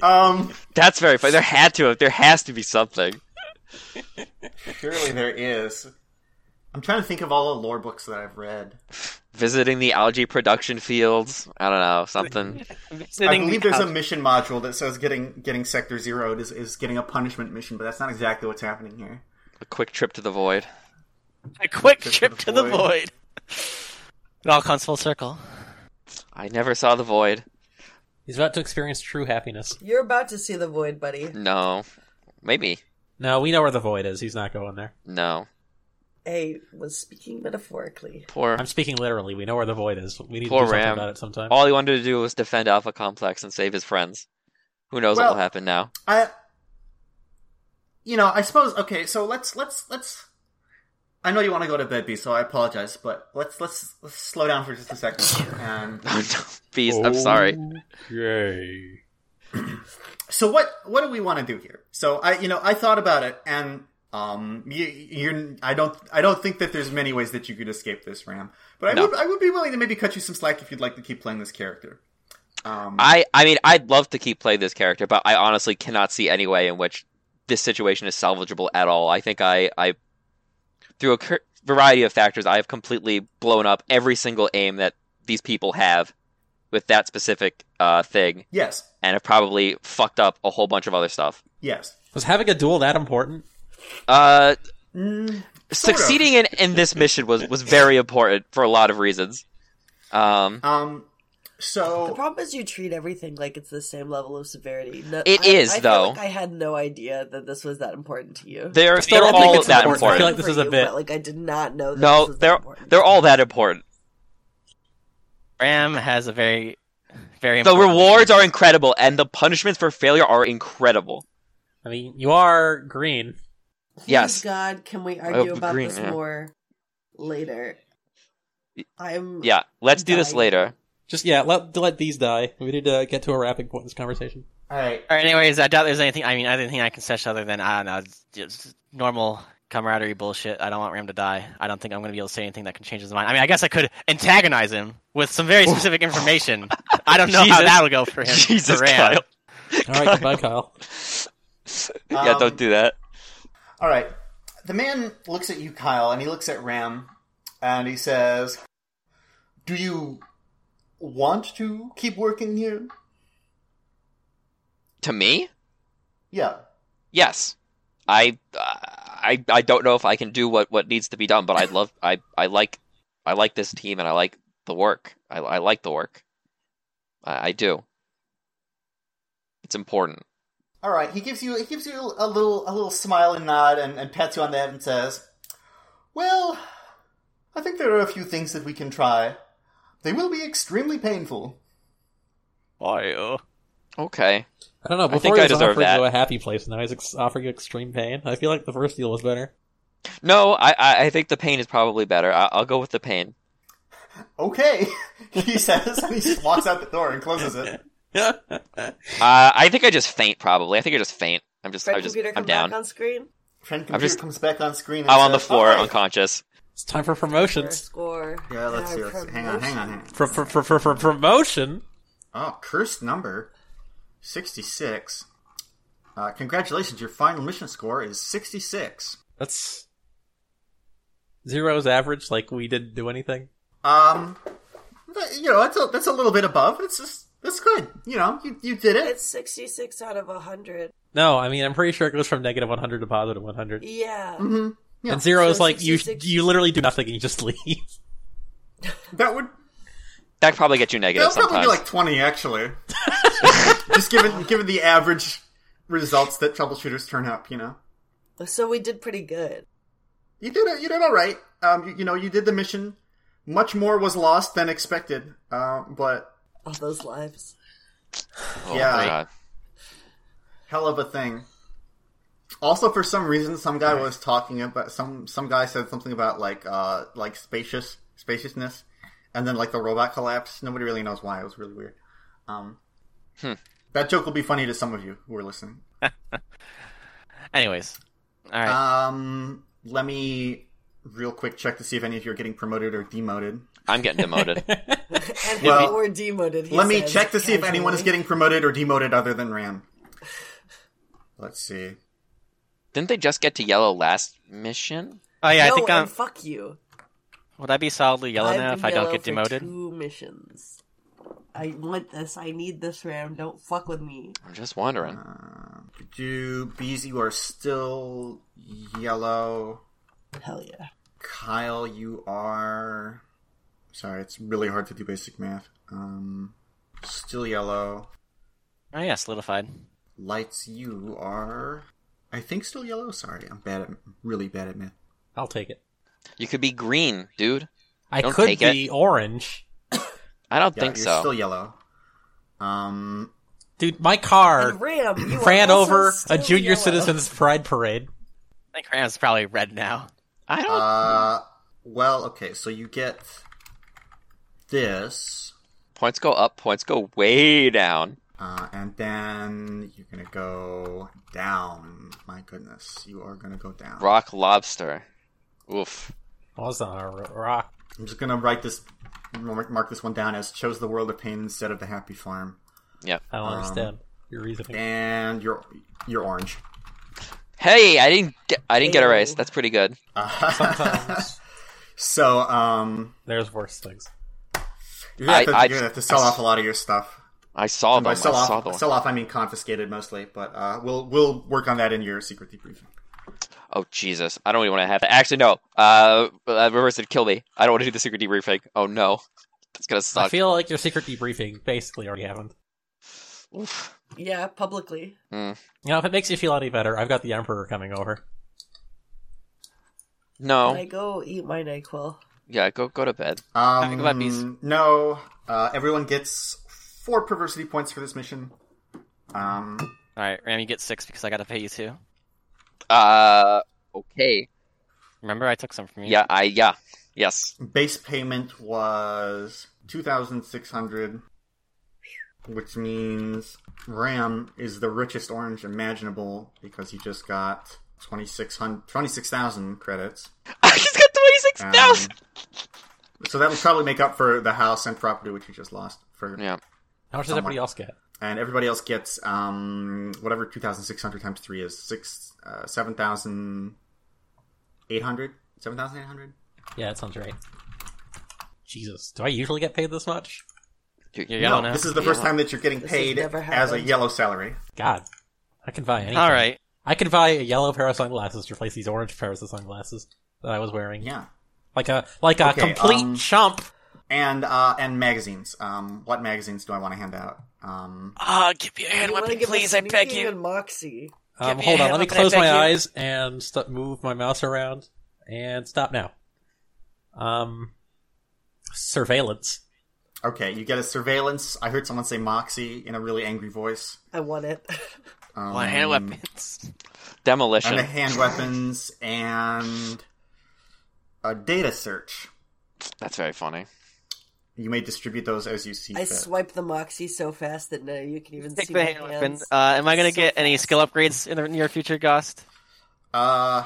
Um
That's very funny. There had to have. There has to be something.
surely there is. I'm trying to think of all the lore books that I've read.
Visiting the algae production fields. I don't know something.
I
Visiting
believe
the
there's a
house-
mission module that says getting getting sector zeroed is, is getting a punishment mission, but that's not exactly what's happening here.
A quick trip to the void.
a quick
to
trip
the
to the void.
void.
It all comes full circle.
I never saw the void.
He's about to experience true happiness.
You're about to see the void, buddy.
No, maybe
No, we know where the void is. He's not going there.
no.
A was speaking metaphorically.
Poor.
I'm speaking literally. We know where the void is. We need
Poor
to do something
Ram.
about it sometime.
All he wanted to do was defend Alpha Complex and save his friends. Who knows
Well-
what will happen now?
I you know, I suppose okay, so let's let's let's I know you want to go to bed, B, so I apologize, but let's let's let's slow down for just a second. Um, And
Oh, no. Beast, I'm sorry.
Yay.
so what what do we want to do here? So I you know, I thought about it and um you you're I don't I don't think that there's many ways that you could escape this ram. But I
No.
would I would be willing to maybe cut you some slack if you'd like to keep playing this character. Um
I, I mean, I'd love to keep playing this character, but I honestly cannot see any way in which this situation is salvageable at all. I think I, I through a cur- variety of factors, I have completely blown up every single aim that these people have with that specific uh, thing,
yes.
and have probably fucked up a whole bunch of other stuff.
Yes.
Was having a duel that important?
Uh,
Mm, sort of.
succeeding in, in this mission was, was very important for a lot of reasons. Um,
Um so
The problem is you treat everything like it's the same level of severity. No,
It
I,
is,
I feel
though.
like I had no idea that this was that important to you.
they're
I
still
don't think
all
it's
that
important. I feel
important.
like this
For
is a
you,
bit-
But, like I did not know. That
No,
this was that
they're
important.
they're all that important.
Ram has a very, very.
The
important-
rewards are incredible, and the punishments for failure are incredible.
I mean, you are green.
Please,
Yes.
God, can we argue
Oh,
about
green,
this
yeah.
more later? I'm.
Yeah, let's do this
Dying.
later.
Just yeah, let let these die. We need to get to a wrapping point in this conversation.
all right.
All right, anyways, I doubt there's anything. I mean, I didn't think I can sesh other than I don't know, just normal camaraderie bullshit. I don't want Ram to die. I don't think I'm gonna be able to say anything that can change his mind. I mean, I guess I could antagonize him with some very specific information. I don't know how
Jesus.
that'll go for him. for
Jesus,
Ram.
Kyle.
All right, goodbye, Kyle.
yeah,
Um,
don't do that.
All right. The man looks at you, Kyle, and he looks at Ram, and he says, "Do you want to keep working here?"
To me,
Yeah.
yes. I, I, I don't know if I can do what, what needs to be done, but I love, I, I like, I like this team, and I like the work. I, I like the work. I, I do. It's important.
All right. He gives you he gives you a little a little smile and nod, and, and pats you on the head and says, "Well, I think there are a few things that we can try. They will be extremely painful."
Oh,
Okay.
I don't know. Before
think
he
I
was
deserve
offering
that.
you a happy place, now he's ex- offering you extreme pain. I feel like the first deal was better.
No, I, I, I think the pain is probably better. I, I'll go with the pain.
Okay, he says, and he just walks out the door and closes it.
Uh, I think I just faint. Probably. I think I just faint. I'm just.
Fred
I just.
computer come
I'm down.
back on screen.
Friend computer
I'm just-
comes back on screen. And
I'm on the
says,
floor,
"All right,
unconscious.
It's time for
Or
promotions.
score.
Yeah, let's
and
see.
our
Let's see. Hang on, hang on, hang on.
For for for, for, for promotion.
Oh, cursed number, sixty-six. Uh, congratulations, your final mission score is sixty-six.
That's zero's average. Like we didn't do anything.
Um, th- you know, that's a, that's a little bit above. It's just that's good. You know, you you did it.
It's 66 out of 100.
No, I mean I'm pretty sure it goes from negative 100 to positive 100.
Yeah.
And zero
So
is like you
66
you literally do nothing and you just leave.
That would
That probably gets you negative
that'll probably
sometimes.
be like twenty actually. just given given the average results that troubleshooters turn up, you know.
So we did pretty good.
You did it. You did all right. Um, you, you know, you did the mission. Much more was lost than expected. Uh, but
All those lives.
Oh,
yeah.
my God.
hell of a thing. Also, for some reason, some guy was talking about some some guy said something about like uh like spacious spaciousness, and then like the robot collapsed. Nobody really knows why. It was really weird. Um, That joke will be funny to some of you who are listening.
Anyways, all
Uh,
right.
Um, let me real quick check to see if any of you are getting promoted or demoted.
I'm getting demoted.
And
Well,
we're demoted. he
Let me
says
check to see if anyone is
casually.
getting promoted or demoted other than Ram. Let's see.
Didn't they just get to yellow last mission?
oh yeah,
no,
I think um,
and fuck you.
would I be solidly yellow
I've
now
been
if I don't
yellow
get
for
demoted?
Two missions. I want this. I need this RAM. Don't fuck with me.
I'm just wondering.
Uh, Do Bees, you are still yellow.
Hell yeah.
Kyle, you are. Sorry, it's really hard to do basic math. Um, still yellow.
Oh yeah, solidified.
Lights, you are. I think still yellow. Sorry, I'm bad at really bad at math.
I'll take it.
You could be green, dude.
I
Don't
could
take it.
be orange,
I don't
Yeah,
think
you're
so.
still yellow. Um,
dude. My car
And RAM, you are
ran
also
over a
still
junior
yellow.
citizens pride parade.
I think Ram's probably red now.
I don't.
uh, well, okay, so you get this,
points go up. Points go way down.
uh, and then you're gonna go down. My goodness, you are gonna go down.
Rock lobster. Oof.
Oh, it's not a ro- rock.
I'm just gonna write this, mark mark this one down as chose the world of pain instead of the happy farm,
Yep.
I don't understand your reasoning.
and you're you're orange.
Hey, I didn't. Get, I didn't get a raise. That's pretty good.
Sometimes
So um,
there's worse things.
you have,
I-
to,
I-
you're gonna have to sell off a lot of your stuff.
I saw
And
them.
by
I
sell
saw
off,
them.
sell off, I mean confiscated mostly, but uh, we'll we'll work on that in your secret debriefing.
Oh Jesus! I don't even want to have that. Actually, no. Uh, uh, reverse it. Kill me. I don't want to do the secret debriefing. Oh no, that's gonna
I
suck.
feel like your secret debriefing basically already happened.
Oof.
Yeah, publicly.
You know, if it makes you feel any better, I've got the emperor coming over.
Oh.
Can I
No.
go eat my NyQuil?
Yeah. Go. Go to bed.
Um,
Talking about bees.
No, uh, everyone gets four perversity points for this mission. Um,
All right, Ram, you get six because I got to pay you two.
Uh. Okay.
Remember, I took some from you.
Yeah. I. Yeah. Yes.
base payment was two thousand six hundred, which means Ram is the richest orange imaginable because he just got 26,000 26,000 credits.
I just got twenty six
Um,
thousand.
so that would probably make up for the house and property which you just lost for,
Yeah.
How much does
Someone-
everybody else get?
and everybody else gets um whatever two thousand six hundred times three is six uh, seven thousand eight hundred. Seven thousand eight hundred.
Yeah, that sounds right. Jesus, do I usually get paid this much?
You-
You're
No,
yellow now.
this is the first
Yeah.
time that you're getting
This has
paid
never
as a
happened.
yellow salary.
God, I can buy anything.
All right.
I can buy a yellow pair of sunglasses to replace these orange pairs of sunglasses that I was wearing.
Yeah,
Like a like a
Okay,
complete
um,
chump.
and uh, and magazines. Um, what magazines do I want to hand out? Um,
Ah, give me a hand
You wanna
weapon,
give us
please. I beg
Sneaky
you.
And Moxie.
Um,
me a
hold on,
hand
let me
weapon, I
close my
beg you.
eyes and st- move my mouse around and stop now. Um, surveillance.
okay, you get a surveillance. I heard someone say Moxie in a really angry voice.
I want it.
Um,
Want hand weapons.
and
Demolition.
the hand weapons and a data search.
That's very funny.
You may distribute those as you see
I
fit.
swiped the Moxie so fast that now you can even
Take
see
the
my
hand weapon.
hands.
Uh, am I going to
So
get any
fast.
skill upgrades in the near future, Gost?
Uh,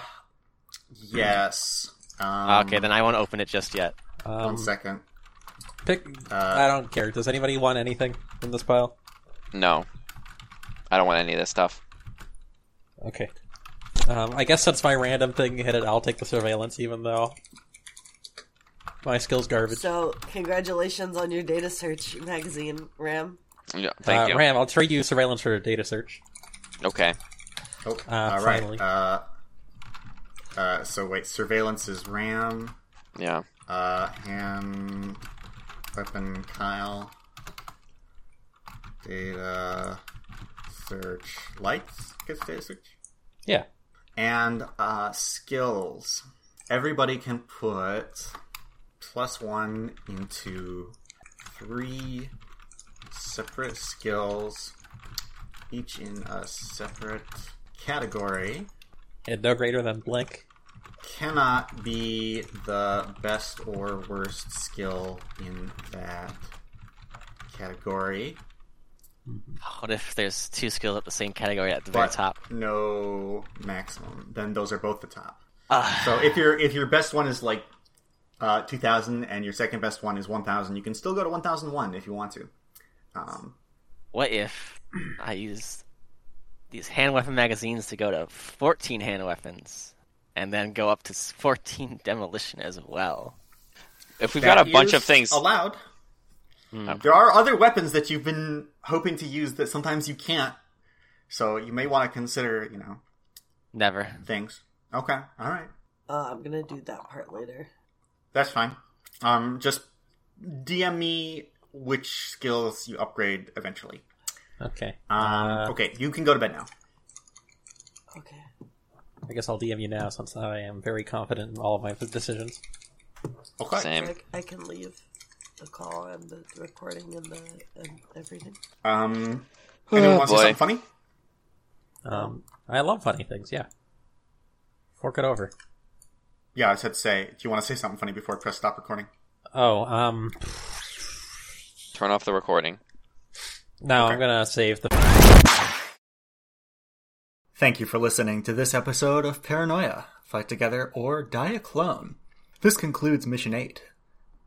yes. Um,
okay, then I won't open it just yet.
Um,
One second. Uh,
Pick. I don't care. Does anybody want anything from this pile?
No, I don't want any of this stuff.
Okay. Um, I guess since my random thing hit it, I'll take the surveillance, even though my skills garbage.
So, congratulations on your data search magazine, Ram.
Yeah, thank
uh,
you.
Ram, I'll trade you surveillance for data search.
Okay.
Oh,
Uh,
all right.
finally.
Uh, uh, so wait, surveillance is Ram.
Yeah.
Uh, hand weapon Kyle. Data search lights. Gets data search.
Yeah.
and uh, skills. Everybody can put plus one into three separate skills, each in a separate category.
And no greater than blank.
Cannot be the best or worst skill in that category.
What if there's two skills at the same category at the very
but
top?
no maximum. Then those are both the top.
Ah.
So if your if your best one is like uh, two thousand and your second best one is one thousand, you can still go to one thousand one if you want to. Um,
What if I use these hand weapon magazines to go to 14 hand weapons and then go up to s- 14 demolition as well?
If we've
that
got a bunch
is
of things, Hmm.
allowed. There are other weapons that you've been hoping to use that sometimes you can't. So you may want to consider, you know,
Never.
things. Okay, all right,
Uh, I'm gonna do that part later.
that's fine. Um, just DM me which skills you upgrade eventually.
Okay.
Um,
Uh,
okay, you can go to bed now.
Okay.
I guess I'll DM you now since I am very confident in all of my decisions.
Okay.
same.
I, I can leave the call and the recording and the and everything.
Um, anyone wants to do
Oh, boy.
something funny?
Um, I love funny things, yeah. Fork it over.
Yeah, I said say. Do you want to say something funny before I press stop recording?
Oh, um,
Turn off the recording.
no, I'm gonna save the.
Thank you for listening to this episode of Paranoia Fight Together or Die a Clone. This concludes Mission 8.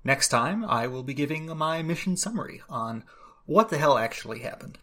Next time, I will be giving my mission summary on what the hell actually happened.